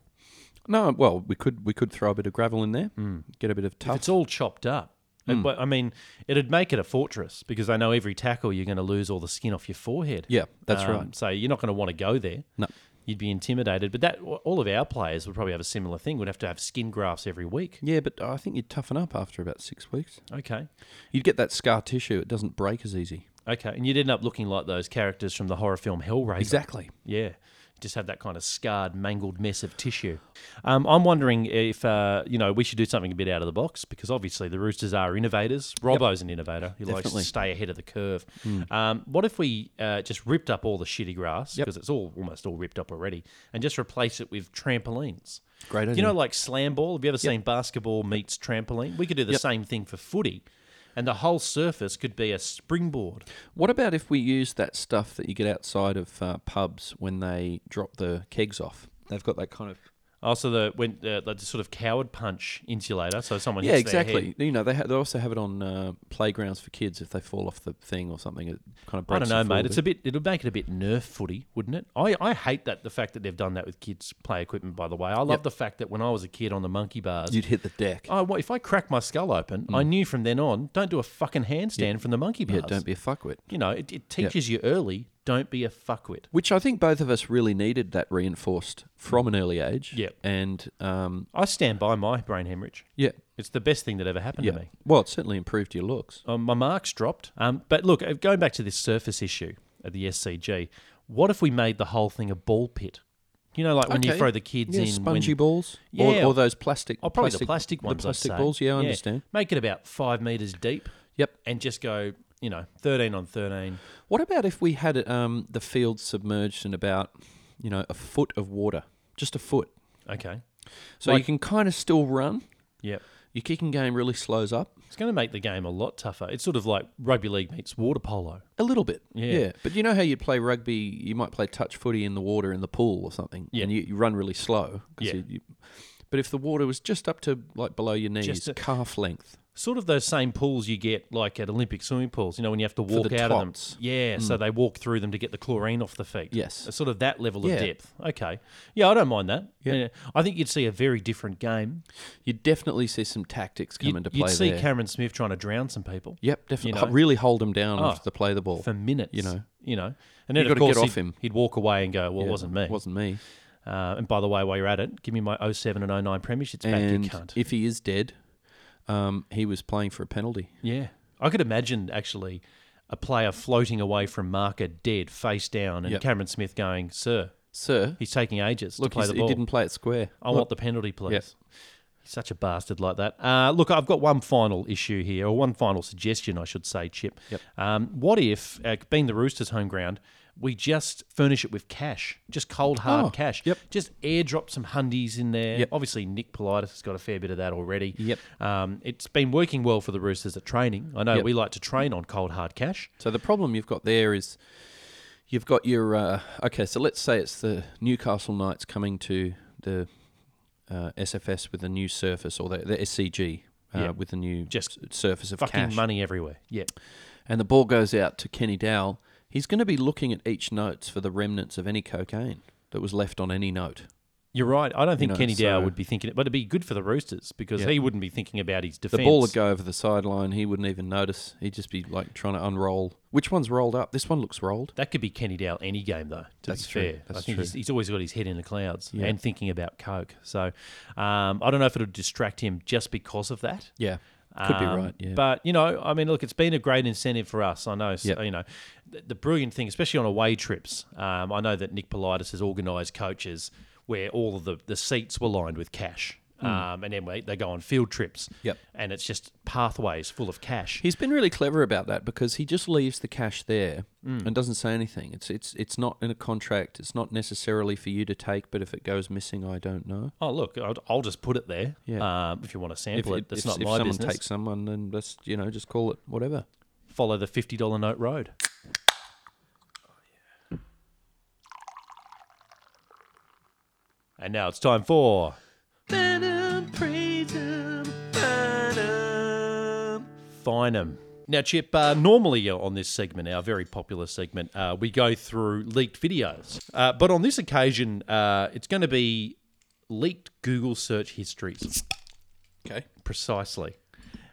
Speaker 3: No, well, we could we could throw a bit of gravel in there, get a bit of
Speaker 2: If
Speaker 3: tough.
Speaker 2: it's all chopped up.
Speaker 3: Hmm.
Speaker 2: It- but, I mean, it'd make it a fortress because they know every tackle you're going to lose all the skin off your forehead.
Speaker 3: Yeah, that's
Speaker 2: Um,
Speaker 3: right.
Speaker 2: So you're not going to want to go there.
Speaker 3: No.
Speaker 2: You'd be intimidated. But that all of our players would probably have a similar thing. Would have to have skin grafts every week.
Speaker 3: Yeah, but I think you'd toughen up after about six weeks.
Speaker 2: Okay.
Speaker 3: You'd get that scar tissue; it doesn't break as easy.
Speaker 2: Okay. And you'd end up looking like those characters from the horror film Hellraiser.
Speaker 3: Exactly.
Speaker 2: Yeah. Just have that kind of scarred, mangled mess of tissue. Um, I'm wondering if, uh, you know, we should do something a bit out of the box because obviously the Roosters are innovators. Robbo's an innovator. He likes
Speaker 3: Definitely.
Speaker 2: to
Speaker 3: Hmm.
Speaker 2: stay ahead of the curve. Um, what if we uh, just ripped up all the shitty grass
Speaker 3: Yep.
Speaker 2: because it's all almost all ripped up already and just replace it with trampolines?
Speaker 3: Great
Speaker 2: You
Speaker 3: idea.
Speaker 2: know, like slam ball? Have you ever seen basketball meets trampoline? We could do the same thing for footy and the whole surface could be a springboard.
Speaker 3: What about if we use that stuff that you get outside of uh, pubs when they drop the kegs off? They've got that kind of
Speaker 2: Also, the when uh, like the sort of coward punch insulator, so someone
Speaker 3: yeah,
Speaker 2: hits Their head.
Speaker 3: exactly. You know, they ha- they also have it on uh, playgrounds for kids if they fall off the thing or something. It kind of
Speaker 2: I
Speaker 3: breaks
Speaker 2: don't
Speaker 3: their
Speaker 2: know,
Speaker 3: fall
Speaker 2: mate. It's a bit. It'll make it a bit nerf footy, wouldn't it? I, I hate that the fact that they've done that with kids play equipment. By the way, I love the fact that when I was a kid on the monkey bars,
Speaker 3: You'd hit the deck.
Speaker 2: I, well, if I cracked my skull open, I knew from then on, don't do a fucking handstand from the monkey bars.
Speaker 3: Mm. yeah, don't be a fuckwit.
Speaker 2: You know, it, it teaches you early. Don't be a fuckwit.
Speaker 3: Which I think both of us really needed that reinforced from an early age.
Speaker 2: Yep.
Speaker 3: And um,
Speaker 2: I stand by my brain hemorrhage.
Speaker 3: yeah,
Speaker 2: It's the best thing that ever happened
Speaker 3: yeah.
Speaker 2: to me.
Speaker 3: Well, it certainly improved your looks.
Speaker 2: Um, my marks dropped. Um, but look, uh, going back to this surface issue at the SCG, what if we made the whole thing a ball pit? You know, like when you
Speaker 3: Okay.
Speaker 2: throw the kids
Speaker 3: yeah,
Speaker 2: in.
Speaker 3: spongy
Speaker 2: when-
Speaker 3: balls.
Speaker 2: Yeah.
Speaker 3: Or, or those plastic.
Speaker 2: Oh, probably
Speaker 3: plastic,
Speaker 2: the plastic ones.
Speaker 3: The
Speaker 2: I'd
Speaker 3: plastic
Speaker 2: say.
Speaker 3: balls. Yeah, I understand.
Speaker 2: Make it about five meters deep
Speaker 3: Yep.
Speaker 2: and just go, you know, 13 on 13.
Speaker 3: What about if we had um, the field submerged in about, you know, a foot of water, just a foot,
Speaker 2: Okay.
Speaker 3: so
Speaker 2: Like-
Speaker 3: you can kind of still run.
Speaker 2: Yep.
Speaker 3: Your kicking game really slows up
Speaker 2: It's going to make the game a lot tougher. It's sort of like rugby league meets water polo.
Speaker 3: a little bit.
Speaker 2: Yeah.
Speaker 3: But you know how you'd play rugby? You might play touch footy in the water in the pool or something,
Speaker 2: Yeah.
Speaker 3: and you, you run really slow. 'cause
Speaker 2: Yeah.
Speaker 3: You, you, but if the water was just up to like below your knees,
Speaker 2: Just a-
Speaker 3: calf length.
Speaker 2: Sort of those same pools you get like at Olympic swimming pools, you know, when you have to walk
Speaker 3: the
Speaker 2: out
Speaker 3: tots.
Speaker 2: of them. Yeah, so they walk through them to get the chlorine off the feet.
Speaker 3: Yes.
Speaker 2: It's sort of that level of
Speaker 3: Yeah.
Speaker 2: depth. Okay. Yeah, I don't mind that. Yeah. I think you'd see a very different game.
Speaker 3: You'd definitely see some tactics come
Speaker 2: You'd,
Speaker 3: into play
Speaker 2: you'd see
Speaker 3: there.
Speaker 2: Cameron Smith trying to drown some people.
Speaker 3: yep, definitely.
Speaker 2: you know.
Speaker 3: Really hold them down
Speaker 2: Oh,
Speaker 3: after they play the ball.
Speaker 2: For minutes,
Speaker 3: You know.
Speaker 2: you know, and then
Speaker 3: You've
Speaker 2: of
Speaker 3: gotta
Speaker 2: course
Speaker 3: get off
Speaker 2: he'd,
Speaker 3: him.
Speaker 2: he'd walk away and go, "Well, it wasn't me."
Speaker 3: Wasn't me.
Speaker 2: Uh, and by the way, while you're at it, give me my 07 and 09 premierships back, you
Speaker 3: and
Speaker 2: cunt.
Speaker 3: if he is dead, um, he was playing for a penalty.
Speaker 2: Yeah. I could imagine actually a player floating away from marker dead, face down, and
Speaker 3: Yep.
Speaker 2: Cameron Smith going, Sir,
Speaker 3: Sir,
Speaker 2: he's taking ages
Speaker 3: look,
Speaker 2: to play
Speaker 3: he's-
Speaker 2: the
Speaker 3: he
Speaker 2: ball.
Speaker 3: didn't play it square.
Speaker 2: I want the penalty, please.
Speaker 3: Yep.
Speaker 2: He's such a bastard like that. Uh, look, I've got one final issue here, or one final suggestion, I should say, Chip.
Speaker 3: Yep.
Speaker 2: Um, what if, uh, being the Roosters' home ground, we just furnish it with cash, just cold hard
Speaker 3: Oh,
Speaker 2: cash.
Speaker 3: yep.
Speaker 2: Just airdrop some hundies in there.
Speaker 3: Yep.
Speaker 2: Obviously, Nick Politis has got a fair bit of that already.
Speaker 3: Yep.
Speaker 2: Um, it's been working well for the Roosters at training. I know
Speaker 3: Yep.
Speaker 2: we like to train on cold hard cash.
Speaker 3: So the problem you've got there is you've got your uh, okay. So let's say it's the Newcastle Knights coming to the uh, SFS with a new surface, or the, the SCG uh,
Speaker 2: Yeah.
Speaker 3: with a new
Speaker 2: Just
Speaker 3: s- surface of
Speaker 2: Fucking
Speaker 3: cash,
Speaker 2: money everywhere. Yep.
Speaker 3: and the ball goes out to Kenny Dowell. He's going to be looking at each notes for the remnants of any cocaine that was left on any note.
Speaker 2: You're right. I don't think
Speaker 3: know,
Speaker 2: Kenny Dow
Speaker 3: so-
Speaker 2: would be thinking it, but it'd be good for the Roosters because
Speaker 3: Yeah.
Speaker 2: he wouldn't be thinking about his
Speaker 3: The
Speaker 2: defense.
Speaker 3: ball would go over the sideline. He wouldn't even notice. He'd just be like trying to unroll. Which one's rolled up? This one looks rolled.
Speaker 2: That could be Kenny Dow any game though. To
Speaker 3: That's
Speaker 2: be
Speaker 3: true.
Speaker 2: fair, I
Speaker 3: That's
Speaker 2: think
Speaker 3: true.
Speaker 2: He's, he's always got his head in the clouds
Speaker 3: Yeah.
Speaker 2: and thinking about coke. So um, I don't know if it'll distract him just because of that.
Speaker 3: Yeah, could be
Speaker 2: Um,
Speaker 3: right. Yeah,
Speaker 2: But you know, I mean, look, it's been a great incentive for us. I know, so,
Speaker 3: Yep.
Speaker 2: you know, the, the brilliant thing, especially on away trips. Um, I know that Nick Politis has organised coaches where all of the, the seats were lined with cash. Um, and then we, they go on field trips.
Speaker 3: Hmm. Yep.
Speaker 2: And it's just pathways full of cash.
Speaker 3: He's been really clever about that because he just leaves the cash there
Speaker 2: Mm.
Speaker 3: and doesn't say anything. It's it's it's not in a contract. It's not necessarily for you to take, but if it goes missing, I don't know.
Speaker 2: Oh, look, I'll, I'll just put it there.
Speaker 3: Yeah.
Speaker 2: Um, if you want to
Speaker 3: If,
Speaker 2: sample
Speaker 3: it-
Speaker 2: it, that's
Speaker 3: if-
Speaker 2: not
Speaker 3: if
Speaker 2: my
Speaker 3: someone
Speaker 2: business.
Speaker 3: takes someone, then let's you know just call it whatever.
Speaker 2: Follow the $50 note road. And now it's time for Fineham. Now, Chip, uh, normally on this segment, our very popular segment, uh, we go through leaked videos. Uh, but on this occasion, uh, it's going to be leaked Google search histories,
Speaker 3: Okay.
Speaker 2: precisely.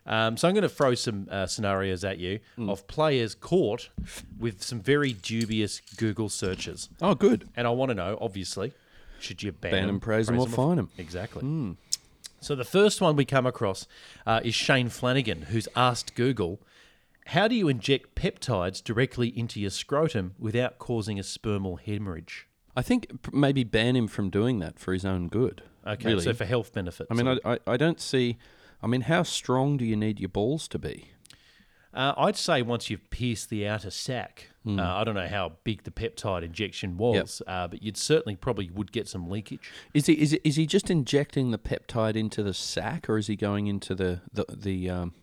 Speaker 2: Um, so I'm going to throw some uh, scenarios at you
Speaker 3: Hmm.
Speaker 2: of players caught with some very dubious Google searches.
Speaker 3: Oh, good.
Speaker 2: And I want to know, obviously, should you ban,
Speaker 3: Ban 'em,
Speaker 2: them,
Speaker 3: praise 'em, or
Speaker 2: f-
Speaker 3: fine Hmm. 'em?
Speaker 2: Exactly. So the first one we come across uh, is Shane Flanagan, who's asked Google, "How do you inject peptides directly into your scrotum without causing a spermal hemorrhage?"
Speaker 3: I think p- maybe ban him from doing that for his own good.
Speaker 2: Okay,
Speaker 3: really.
Speaker 2: so for health benefits.
Speaker 3: I mean, I, I I don't see. I mean, how strong do you need your balls to be?
Speaker 2: uh, I'd say once you've pierced the outer sac,
Speaker 3: Hmm.
Speaker 2: uh, I don't know how big the peptide injection was, uh, but you'd certainly probably would get some leakage.
Speaker 3: Is he is he, is he just injecting the peptide into the sac, or is he going into the the the um,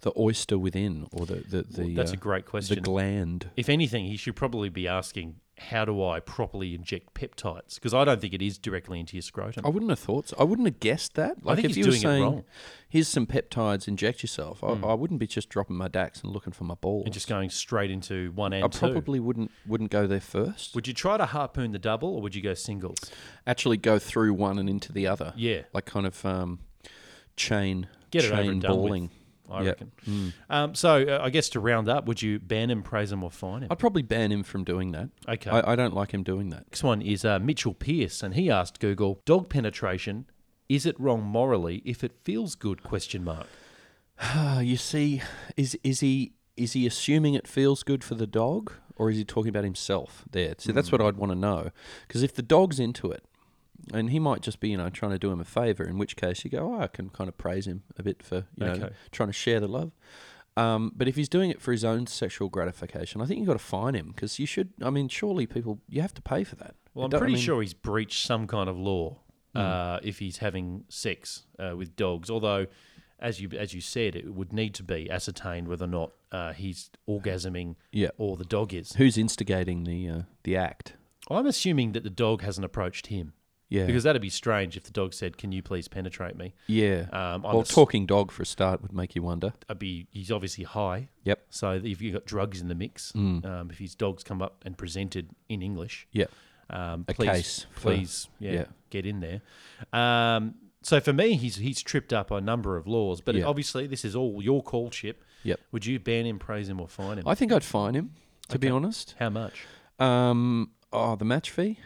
Speaker 3: the oyster within, or the the, the
Speaker 2: That's
Speaker 3: uh,
Speaker 2: a great
Speaker 3: The
Speaker 2: question.
Speaker 3: gland.
Speaker 2: If anything, he should probably be asking, how do I properly inject peptides? Because I don't think it is directly into your scrotum.
Speaker 3: I wouldn't have thought. So. I wouldn't have guessed that. Like
Speaker 2: think he's
Speaker 3: if you were
Speaker 2: doing it
Speaker 3: saying,
Speaker 2: wrong. Hmm.
Speaker 3: "Here's some peptides, inject yourself," I, I wouldn't be just dropping my dax and looking for my ball.
Speaker 2: And just going straight into one and
Speaker 3: I
Speaker 2: two.
Speaker 3: probably wouldn't wouldn't go there first.
Speaker 2: Would you try to harpoon the double or would you go singles?
Speaker 3: Actually, go through one and into the other.
Speaker 2: Yeah.
Speaker 3: like kind of um, chain
Speaker 2: Get it
Speaker 3: chain
Speaker 2: over and done
Speaker 3: balling. Hmm.
Speaker 2: with. I
Speaker 3: Yeah.
Speaker 2: reckon. Um, so uh, I guess to round up, would you ban him, praise him, or fine him?
Speaker 3: I'd probably ban him from doing that.
Speaker 2: Okay.
Speaker 3: I, I don't like him doing that.
Speaker 2: Next one is uh, Mitchell Pearce, and he asked Google, "Dog penetration, is it wrong morally if it feels good?" Question mark.
Speaker 3: Uh, you see, is is he is he assuming it feels good for the dog, or is he talking about himself there? See, that's
Speaker 2: Hmm.
Speaker 3: what I'd want to know. Because if the dog's into it, and he might just be, you know, trying to do him a favor, in which case you go, oh, I can kind of praise him a bit for, you know,
Speaker 2: Okay.
Speaker 3: trying to share the love. Um, but if he's doing it for his own sexual gratification, I think you've got to fine him because you should. I mean, surely people, you have to pay for that.
Speaker 2: Well,
Speaker 3: It
Speaker 2: I'm
Speaker 3: don't- I
Speaker 2: pretty
Speaker 3: mean,
Speaker 2: sure he's breached some kind of law uh, if he's having sex uh, with dogs. Although, as you as you said, it would need to be ascertained whether or not uh, he's orgasming
Speaker 3: Yeah.
Speaker 2: or the dog is.
Speaker 3: Who's instigating the uh, the act?
Speaker 2: I'm assuming that the dog hasn't approached him
Speaker 3: Yeah.
Speaker 2: because that'd be strange if the dog said, "Can you please penetrate me?"
Speaker 3: yeah.
Speaker 2: Um, I'm
Speaker 3: well,
Speaker 2: ass-
Speaker 3: talking dog for a start would make you wonder.
Speaker 2: I'd be he's obviously high.
Speaker 3: Yep.
Speaker 2: So if you've got drugs in the mix,
Speaker 3: Mm.
Speaker 2: um, if his dog's come up and presented in English,
Speaker 3: Yeah.
Speaker 2: um,
Speaker 3: A
Speaker 2: please,
Speaker 3: case for-
Speaker 2: please, yeah,
Speaker 3: yeah.
Speaker 2: get in there. Um, so for me, he's he's tripped up a number of laws, but
Speaker 3: Yeah.
Speaker 2: obviously this is all your call, Chip.
Speaker 3: Yep.
Speaker 2: Would you ban him, praise him, or fine him?
Speaker 3: I think I'd fine him, to be honest.
Speaker 2: How much?
Speaker 3: Um, oh, the match fee.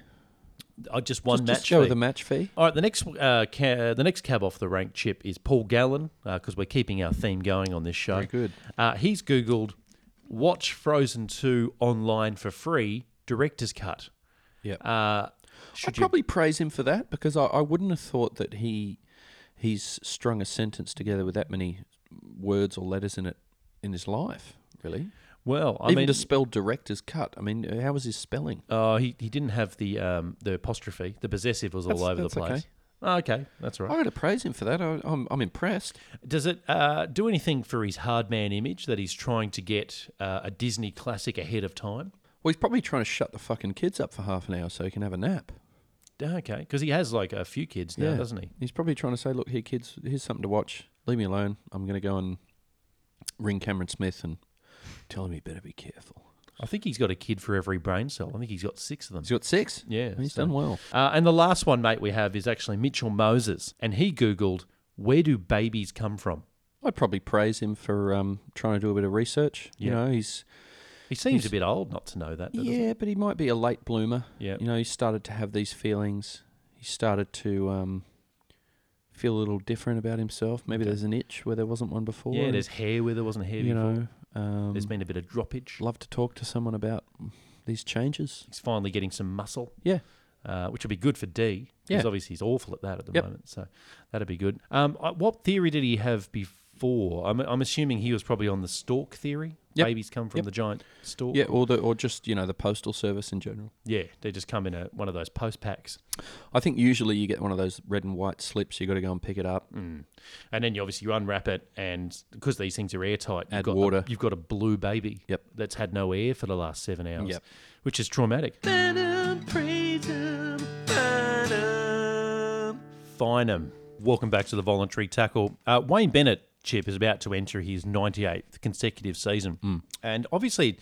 Speaker 2: I just one
Speaker 3: just,
Speaker 2: match.
Speaker 3: just go with
Speaker 2: fee.
Speaker 3: the match fee.
Speaker 2: all right, the next uh, ca- the next cab off the rank chip is Paul Gallen because we're keeping our theme going on this show.
Speaker 3: Very good.
Speaker 2: Uh, he's googled watch Frozen Two online for free director's cut.
Speaker 3: Yeah,
Speaker 2: Uh,
Speaker 3: I'd
Speaker 2: should you
Speaker 3: probably praise him for that because I, I wouldn't have thought that he he's strung a sentence together with that many words or letters in it in his life. Really,
Speaker 2: Well, I
Speaker 3: Even
Speaker 2: mean,
Speaker 3: just spelled direct as cut. I mean, how was his spelling?
Speaker 2: oh, he, he didn't have the um, the apostrophe. The possessive was all
Speaker 3: That's-
Speaker 2: over the
Speaker 3: that's
Speaker 2: place. Oh, okay, that's all
Speaker 3: I
Speaker 2: right.
Speaker 3: got to praise him for that. I, I'm, I'm impressed.
Speaker 2: Does it uh, do anything for his hard man image that he's trying to get uh, a Disney classic ahead of time?
Speaker 3: Well, he's probably trying to shut the fucking kids up for half an hour so he can have a nap.
Speaker 2: Okay, because he has like a few kids now, doesn't he?
Speaker 3: He's probably trying to say, look, here, kids, here's something to watch. Leave me alone. I'm going to go and ring Cameron Smith and tell him he better be careful.
Speaker 2: I think he's got a kid for every brain cell. I think he's got six of them.
Speaker 3: He's got six.
Speaker 2: Yeah,
Speaker 3: He's
Speaker 2: so-
Speaker 3: done well.
Speaker 2: Uh, and the last one, mate, we have is actually Mitchell Moses, and he Googled where do babies come from.
Speaker 3: I'd probably praise him for um, trying to do a bit of research. You
Speaker 2: Yeah.
Speaker 3: know, he's
Speaker 2: He seems a bit old not to know that. doesn't he?
Speaker 3: yeah, but he might be a late bloomer.
Speaker 2: Yeah.
Speaker 3: you know, he started to have these feelings. He started to um, feel a little different about himself. Maybe there's an itch where there wasn't one before.
Speaker 2: yeah.
Speaker 3: and,
Speaker 2: There's hair where there wasn't hair
Speaker 3: you
Speaker 2: before.
Speaker 3: know, um,
Speaker 2: There's been a bit of droppage.
Speaker 3: love to talk to someone about these changes.
Speaker 2: He's finally getting some muscle,
Speaker 3: Yeah,
Speaker 2: uh, which would be good for D. Because
Speaker 3: Yeah.
Speaker 2: obviously he's awful at that at the
Speaker 3: Yep.
Speaker 2: moment. So that'd be good. Um, uh, what theory did he have before? I'm, I'm assuming he was probably on the stalk theory.
Speaker 3: Yep.
Speaker 2: Babies come from
Speaker 3: Yep.
Speaker 2: the giant stalk.
Speaker 3: yeah, or the or just you know the postal service in general.
Speaker 2: Yeah, they just come in a, one of those post packs.
Speaker 3: I think usually you get one of those red and white slips. You got to go and pick it up.
Speaker 2: And then you obviously you unwrap it, and because these things are airtight, you've
Speaker 3: Add
Speaker 2: got
Speaker 3: water.
Speaker 2: you've got a blue baby.
Speaker 3: Yep.
Speaker 2: That's had no air for the last seven hours.
Speaker 3: Yep.
Speaker 2: Which is traumatic. Fine 'em. Welcome back to the voluntary tackle. Uh, Wayne Bennett, Chip, is about to enter his 98th consecutive season.
Speaker 3: Mm.
Speaker 2: And obviously,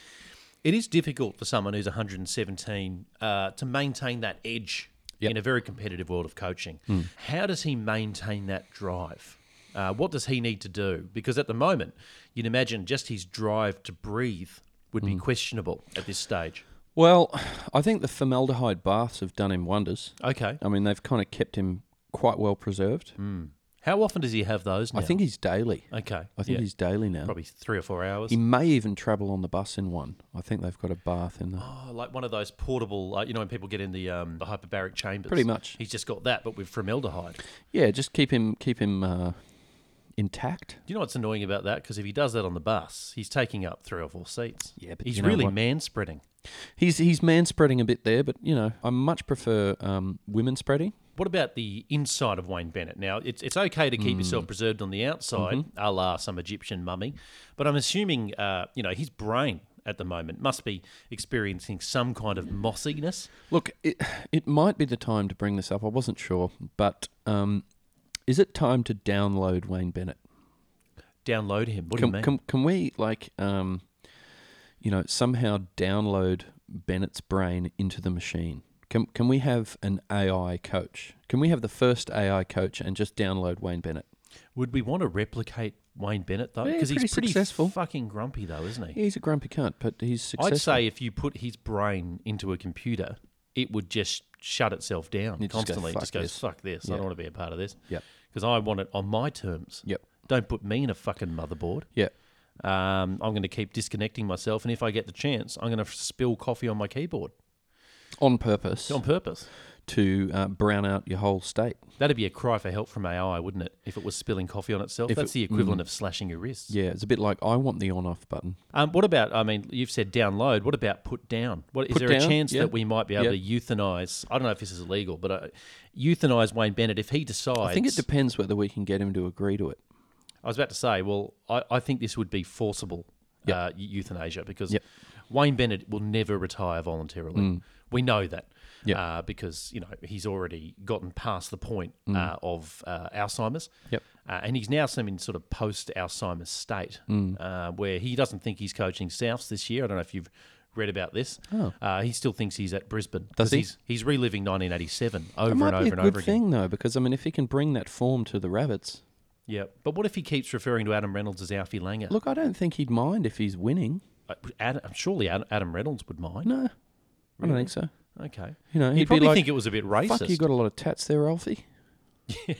Speaker 2: it is difficult for someone who's 117 uh, to maintain that edge
Speaker 3: Yep. Mm.
Speaker 2: in a very competitive world of coaching. How does he maintain that drive? Uh, what does he need to do? Because at the moment, you'd imagine just his drive to breathe would
Speaker 3: Mm.
Speaker 2: be questionable at this stage.
Speaker 3: Well, I think the formaldehyde baths have done him wonders.
Speaker 2: Okay.
Speaker 3: I mean, they've kind of kept him quite well preserved.
Speaker 2: Mm. How often does he have those now?
Speaker 3: I think he's daily.
Speaker 2: Okay.
Speaker 3: I think
Speaker 2: yeah.
Speaker 3: he's daily now.
Speaker 2: probably three or four hours.
Speaker 3: He may even travel on the bus in one. I think they've got a bath in there.
Speaker 2: Oh, like one of those portable, uh, you know, when people get in the, um, the hyperbaric chambers.
Speaker 3: Pretty much.
Speaker 2: He's just got that, but with formaldehyde. Do
Speaker 3: Yeah, just keep him keep him uh, intact.
Speaker 2: you know what's annoying about that? Because if he does that on the bus, he's taking up three or four seats.
Speaker 3: Yeah, but
Speaker 2: he's
Speaker 3: you know
Speaker 2: really
Speaker 3: what?
Speaker 2: man spreading.
Speaker 3: He's he's man spreading a bit there, but you know, I much prefer um, women spreading.
Speaker 2: What about the inside of Wayne Bennett? Now, it's, it's okay to
Speaker 3: Mm.
Speaker 2: keep yourself preserved on the outside,
Speaker 3: Mm-hmm.
Speaker 2: a la some Egyptian mummy, but I'm assuming, uh, you know, his brain at the moment must be experiencing some kind of mossiness.
Speaker 3: Look, it it might be the time to bring this up. I wasn't sure, but um, is it time to download Wayne Bennett?
Speaker 2: Download him. What do you
Speaker 3: Can,
Speaker 2: mean?
Speaker 3: can can we like um, you know, somehow download Bennett's brain into the machine? Can can we have an AI coach? Can we have the first AI coach and just download Wayne Bennett?
Speaker 2: Would we want to replicate Wayne Bennett though?
Speaker 3: Yeah,
Speaker 2: Because he's
Speaker 3: pretty
Speaker 2: pretty
Speaker 3: successful.
Speaker 2: fucking grumpy though, isn't he?
Speaker 3: He's a grumpy cunt, but he's successful.
Speaker 2: I'd say if you put his brain into a computer, it would just shut itself down
Speaker 3: You'd just go,
Speaker 2: constantly. It just
Speaker 3: "Fuck
Speaker 2: goes,
Speaker 3: this."
Speaker 2: fuck this. I
Speaker 3: Yeah.
Speaker 2: don't want to be a part of this.
Speaker 3: Yep.
Speaker 2: Because I want it on my terms.
Speaker 3: Yep.
Speaker 2: Don't put me in a fucking motherboard.
Speaker 3: Yeah.
Speaker 2: Um, I'm going to keep disconnecting myself, and if I get the chance, I'm going to spill coffee on my keyboard
Speaker 3: On purpose
Speaker 2: on purpose.
Speaker 3: to uh, brown out your whole state.
Speaker 2: That'd be a cry for help from AI, wouldn't it? If it was spilling coffee on itself,
Speaker 3: If
Speaker 2: that's
Speaker 3: it- mm.
Speaker 2: the equivalent of slashing your wrists.
Speaker 3: Yeah, it's a bit like I want the on off button.
Speaker 2: Um, what about? I mean, you've said download. What about put down? What is
Speaker 3: Put
Speaker 2: there a
Speaker 3: down,
Speaker 2: chance
Speaker 3: yeah.
Speaker 2: that we might be able
Speaker 3: Yeah.
Speaker 2: to euthanize? I don't know if this is illegal, but uh, euthanize Wayne Bennett if he decides.
Speaker 3: I think it depends whether we can get him to agree to it.
Speaker 2: I was about to say, well, I, I think this would be forcible uh, euthanasia because
Speaker 3: Yep. Mm.
Speaker 2: Wayne Bennett will never retire voluntarily. We know that.
Speaker 3: Yep.
Speaker 2: Uh, because you know he's already gotten past the point uh, of uh, Alzheimer's,
Speaker 3: Mm. Yep.
Speaker 2: uh, and he's now some in sort of post Alzheimer's state
Speaker 3: Mm.
Speaker 2: uh, where he doesn't think he's coaching Souths this year. I don't know if you've read about this. Uh, he still thinks he's at Brisbane because
Speaker 3: Oh. he?
Speaker 2: he's he's reliving 1987
Speaker 3: It
Speaker 2: over
Speaker 3: might
Speaker 2: and over
Speaker 3: be a
Speaker 2: and
Speaker 3: good
Speaker 2: over again.
Speaker 3: thing though, because I mean, if he can bring that form to the rabbits,
Speaker 2: Yeah, but what if he keeps referring to Adam Reynolds as Alfie Langer?
Speaker 3: look, I don't think he'd mind if he's winning.
Speaker 2: Uh, Adam, surely Ad- Adam Reynolds would mind.
Speaker 3: No, I don't think so.
Speaker 2: Okay,
Speaker 3: You know,
Speaker 2: he'd,
Speaker 3: he'd be
Speaker 2: probably
Speaker 3: like,
Speaker 2: think it was a bit racist.
Speaker 3: Fuck, you got a lot of tats there,
Speaker 2: [LAUGHS]
Speaker 3: Alfie. a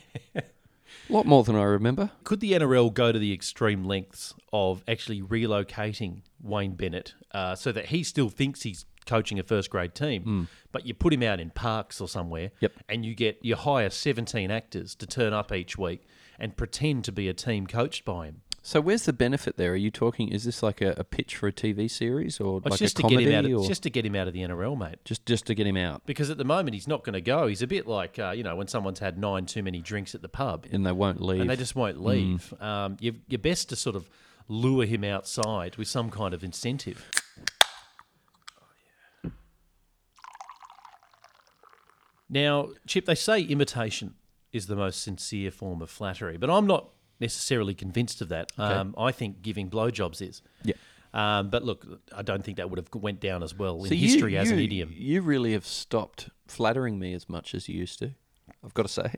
Speaker 3: lot more than I remember.
Speaker 2: Could the NRL go to the extreme lengths of actually relocating Wayne Bennett uh, so that he still thinks he's coaching a first grade team, but you put him out in parks or somewhere,
Speaker 3: Hmm. Yep.
Speaker 2: and you get you hire seventeen actors to turn up each week and pretend to be a team coached by him.
Speaker 3: So where's the benefit there? Are you talking? Is this like a, a pitch for a TV series or
Speaker 2: It's
Speaker 3: like
Speaker 2: just
Speaker 3: a
Speaker 2: to get
Speaker 3: comedy
Speaker 2: him out. Of,
Speaker 3: or
Speaker 2: it's just to get him out of the NRL, mate.
Speaker 3: just just to get him out?
Speaker 2: Because at the moment he's not going to go. He's a bit like uh, you know when someone's had nine too many drinks at the pub
Speaker 3: And they won't leave.
Speaker 2: and they just
Speaker 3: Mm.
Speaker 2: won't leave. Um, you you're best to sort of lure him outside with some kind of incentive. Now, Chip, they say imitation is the most sincere form of flattery, but I'm not necessarily convinced of that. Um, I think giving blowjobs is.
Speaker 3: Yeah.
Speaker 2: Um, but look, I don't think that would have went down as well in
Speaker 3: So you-
Speaker 2: history as an
Speaker 3: you-
Speaker 2: idiom.
Speaker 3: You really have stopped flattering me as much as you used to. I've got to say.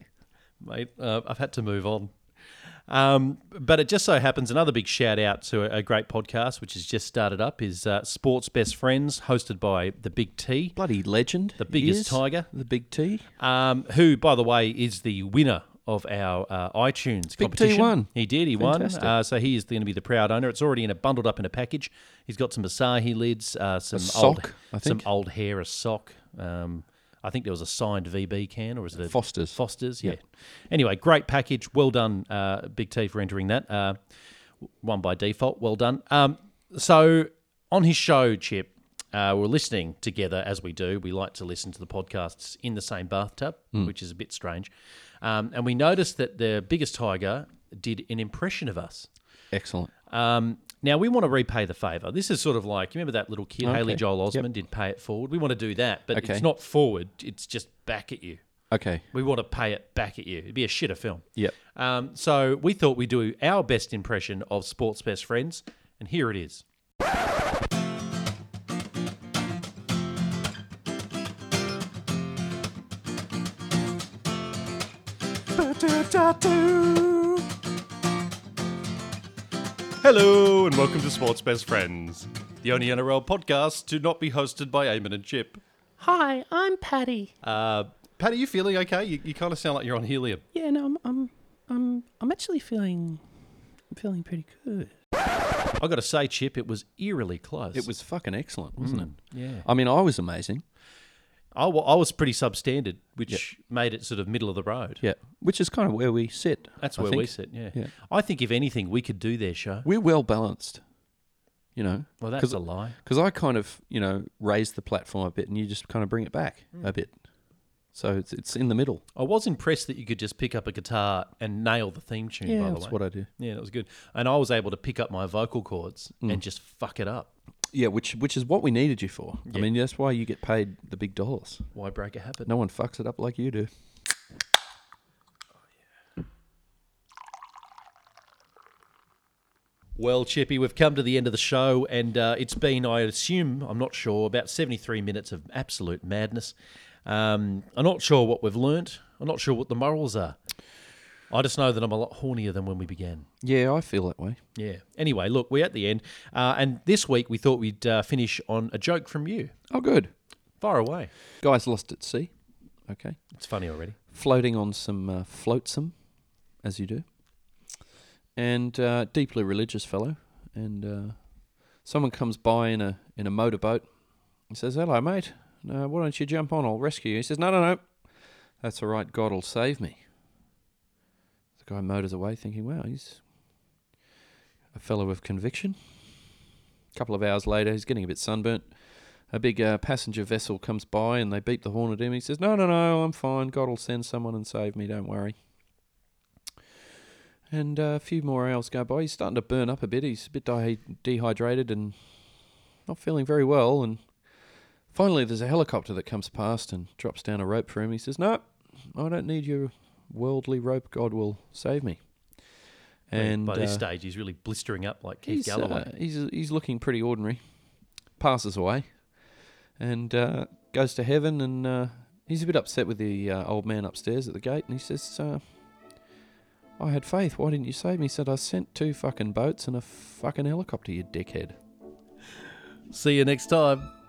Speaker 2: mate. Uh, I've had to move on. Um, but it just so happens another big shout out to a, a great podcast which has just started up is uh, Sports Best Friends, hosted by the Big T,
Speaker 3: Bloody legend. The
Speaker 2: biggest tiger.
Speaker 3: The big T.
Speaker 2: um, who, by the way, is the winner of our uh, iTunes
Speaker 3: Big T
Speaker 2: competition.
Speaker 3: won.
Speaker 2: He did. He
Speaker 3: Fantastic.
Speaker 2: won. Uh, so he is going to be the proud owner. It's already in a bundled up in a package. He's got some Asahi lids, uh, some
Speaker 3: sock, I
Speaker 2: old, some
Speaker 3: think.
Speaker 2: old hair, a sock. Um, I think there was a signed VB can, or is it a
Speaker 3: Foster's.
Speaker 2: Fosters, yeah. Anyway, great package. Well done, uh, Big T, for entering that. Uh, one by default. Well done. Um, so on his show, Chip, uh, we're listening together as we do. We like to listen to the podcasts in the same bathtub,
Speaker 3: Hmm.
Speaker 2: which is a bit strange. Um, and we noticed that the biggest tiger did an impression of us.
Speaker 3: Excellent.
Speaker 2: Um, now we want to repay the favour. This is sort of like you remember that little kid, Haley Joel Osmond did pay it forward. We want to do that, but
Speaker 3: Okay.
Speaker 2: it's not forward. It's just back at you.
Speaker 3: Okay.
Speaker 2: We want to pay it back at you. It'd be a shitter film.
Speaker 3: Yep.
Speaker 2: Um, so we thought we'd do our best impression of Sports Best Friends, and here it is. Hello and welcome to Sports Best Friends, the only NRL podcast to not be hosted by Eamon and Chip.
Speaker 4: Hi, I'm Patty.
Speaker 2: Uh, Pat, are you feeling okay? You, you kind of sound like you're on helium.
Speaker 4: Yeah, no, I'm, I'm, I'm, Um, I'm actually feeling, I'm feeling pretty good.
Speaker 2: I got to say, Chip, it was eerily close.
Speaker 3: It was fucking excellent, wasn't
Speaker 2: Hmm.
Speaker 3: it?
Speaker 2: Yeah.
Speaker 3: I mean, I was amazing.
Speaker 2: I, wa- I was pretty substandard, which made it sort of middle of the road.
Speaker 3: Yeah. Which is kind of where we sit.
Speaker 2: That's
Speaker 3: I
Speaker 2: where
Speaker 3: think.
Speaker 2: we sit. Yeah.
Speaker 3: Yeah.
Speaker 2: I think if anything, we could do their show.
Speaker 3: We're well balanced. You know.
Speaker 2: Well, that's a lie.
Speaker 3: Because I kind of, you know, raise the platform a bit, and you just kind of bring it back a bit. So it's it's in the middle.
Speaker 2: I was impressed that you could just pick up a guitar and nail the theme tune.
Speaker 3: Yeah,
Speaker 2: by the
Speaker 3: that's
Speaker 2: way,
Speaker 3: what I do.
Speaker 2: Yeah, that was good. And I was able to pick up my vocal cords
Speaker 3: Mm.
Speaker 2: and just fuck it up.
Speaker 3: Yeah, which which is what we needed you for. I mean, that's why you get paid the big dollars.
Speaker 2: Why break a habit?
Speaker 3: No one fucks it up like you do.
Speaker 2: Well, Chippy, we've come to the end of the show, and uh, it's been, I assume, I'm not sure, about 73 minutes of absolute madness. Um, I'm not sure what we've learnt. I'm not sure what the morals are. I just know that I'm a lot hornier than when we began.
Speaker 3: Yeah, I feel that way.
Speaker 2: Yeah. Anyway, look, we're at the end. Uh, and this week we thought we'd uh, finish on a joke from you.
Speaker 3: Oh, good.
Speaker 2: Far away.
Speaker 3: Guys lost at sea. Okay.
Speaker 2: It's funny already.
Speaker 3: Floating on some uh, flotsam, as you do. And uh, deeply religious fellow. And uh, someone comes by in a in a motorboat and says, "Hello, mate. Uh, why don't you jump on? I'll rescue you." He says, "No, no, no. That's all right. God'll save me." The guy motors away, thinking, "Wow, he's a fellow of conviction." A couple of hours later, he's getting a bit sunburnt. A big uh, passenger vessel comes by and they beat the horn at him. He says, No, no, no, I'm fine. God will send someone and save me. Don't worry. And uh, a few more hours go by. He's starting to burn up a bit. He's a bit di- dehydrated and not feeling very well. And finally, there's a helicopter that comes past and drops down a rope for him. He says, No, I don't need your worldly rope. God will save me. And
Speaker 2: by this
Speaker 3: uh,
Speaker 2: stage, he's really blistering up like Keith
Speaker 3: he's,
Speaker 2: Galloway.
Speaker 3: uh, he's he's looking pretty ordinary. Passes away, and uh, goes to heaven, and uh, he's a bit upset with the uh, old man upstairs at the gate, and he says, uh, "I had faith. Why didn't you save me?" He said, "I sent two fucking boats and a fucking helicopter, you dickhead."
Speaker 2: See you next time.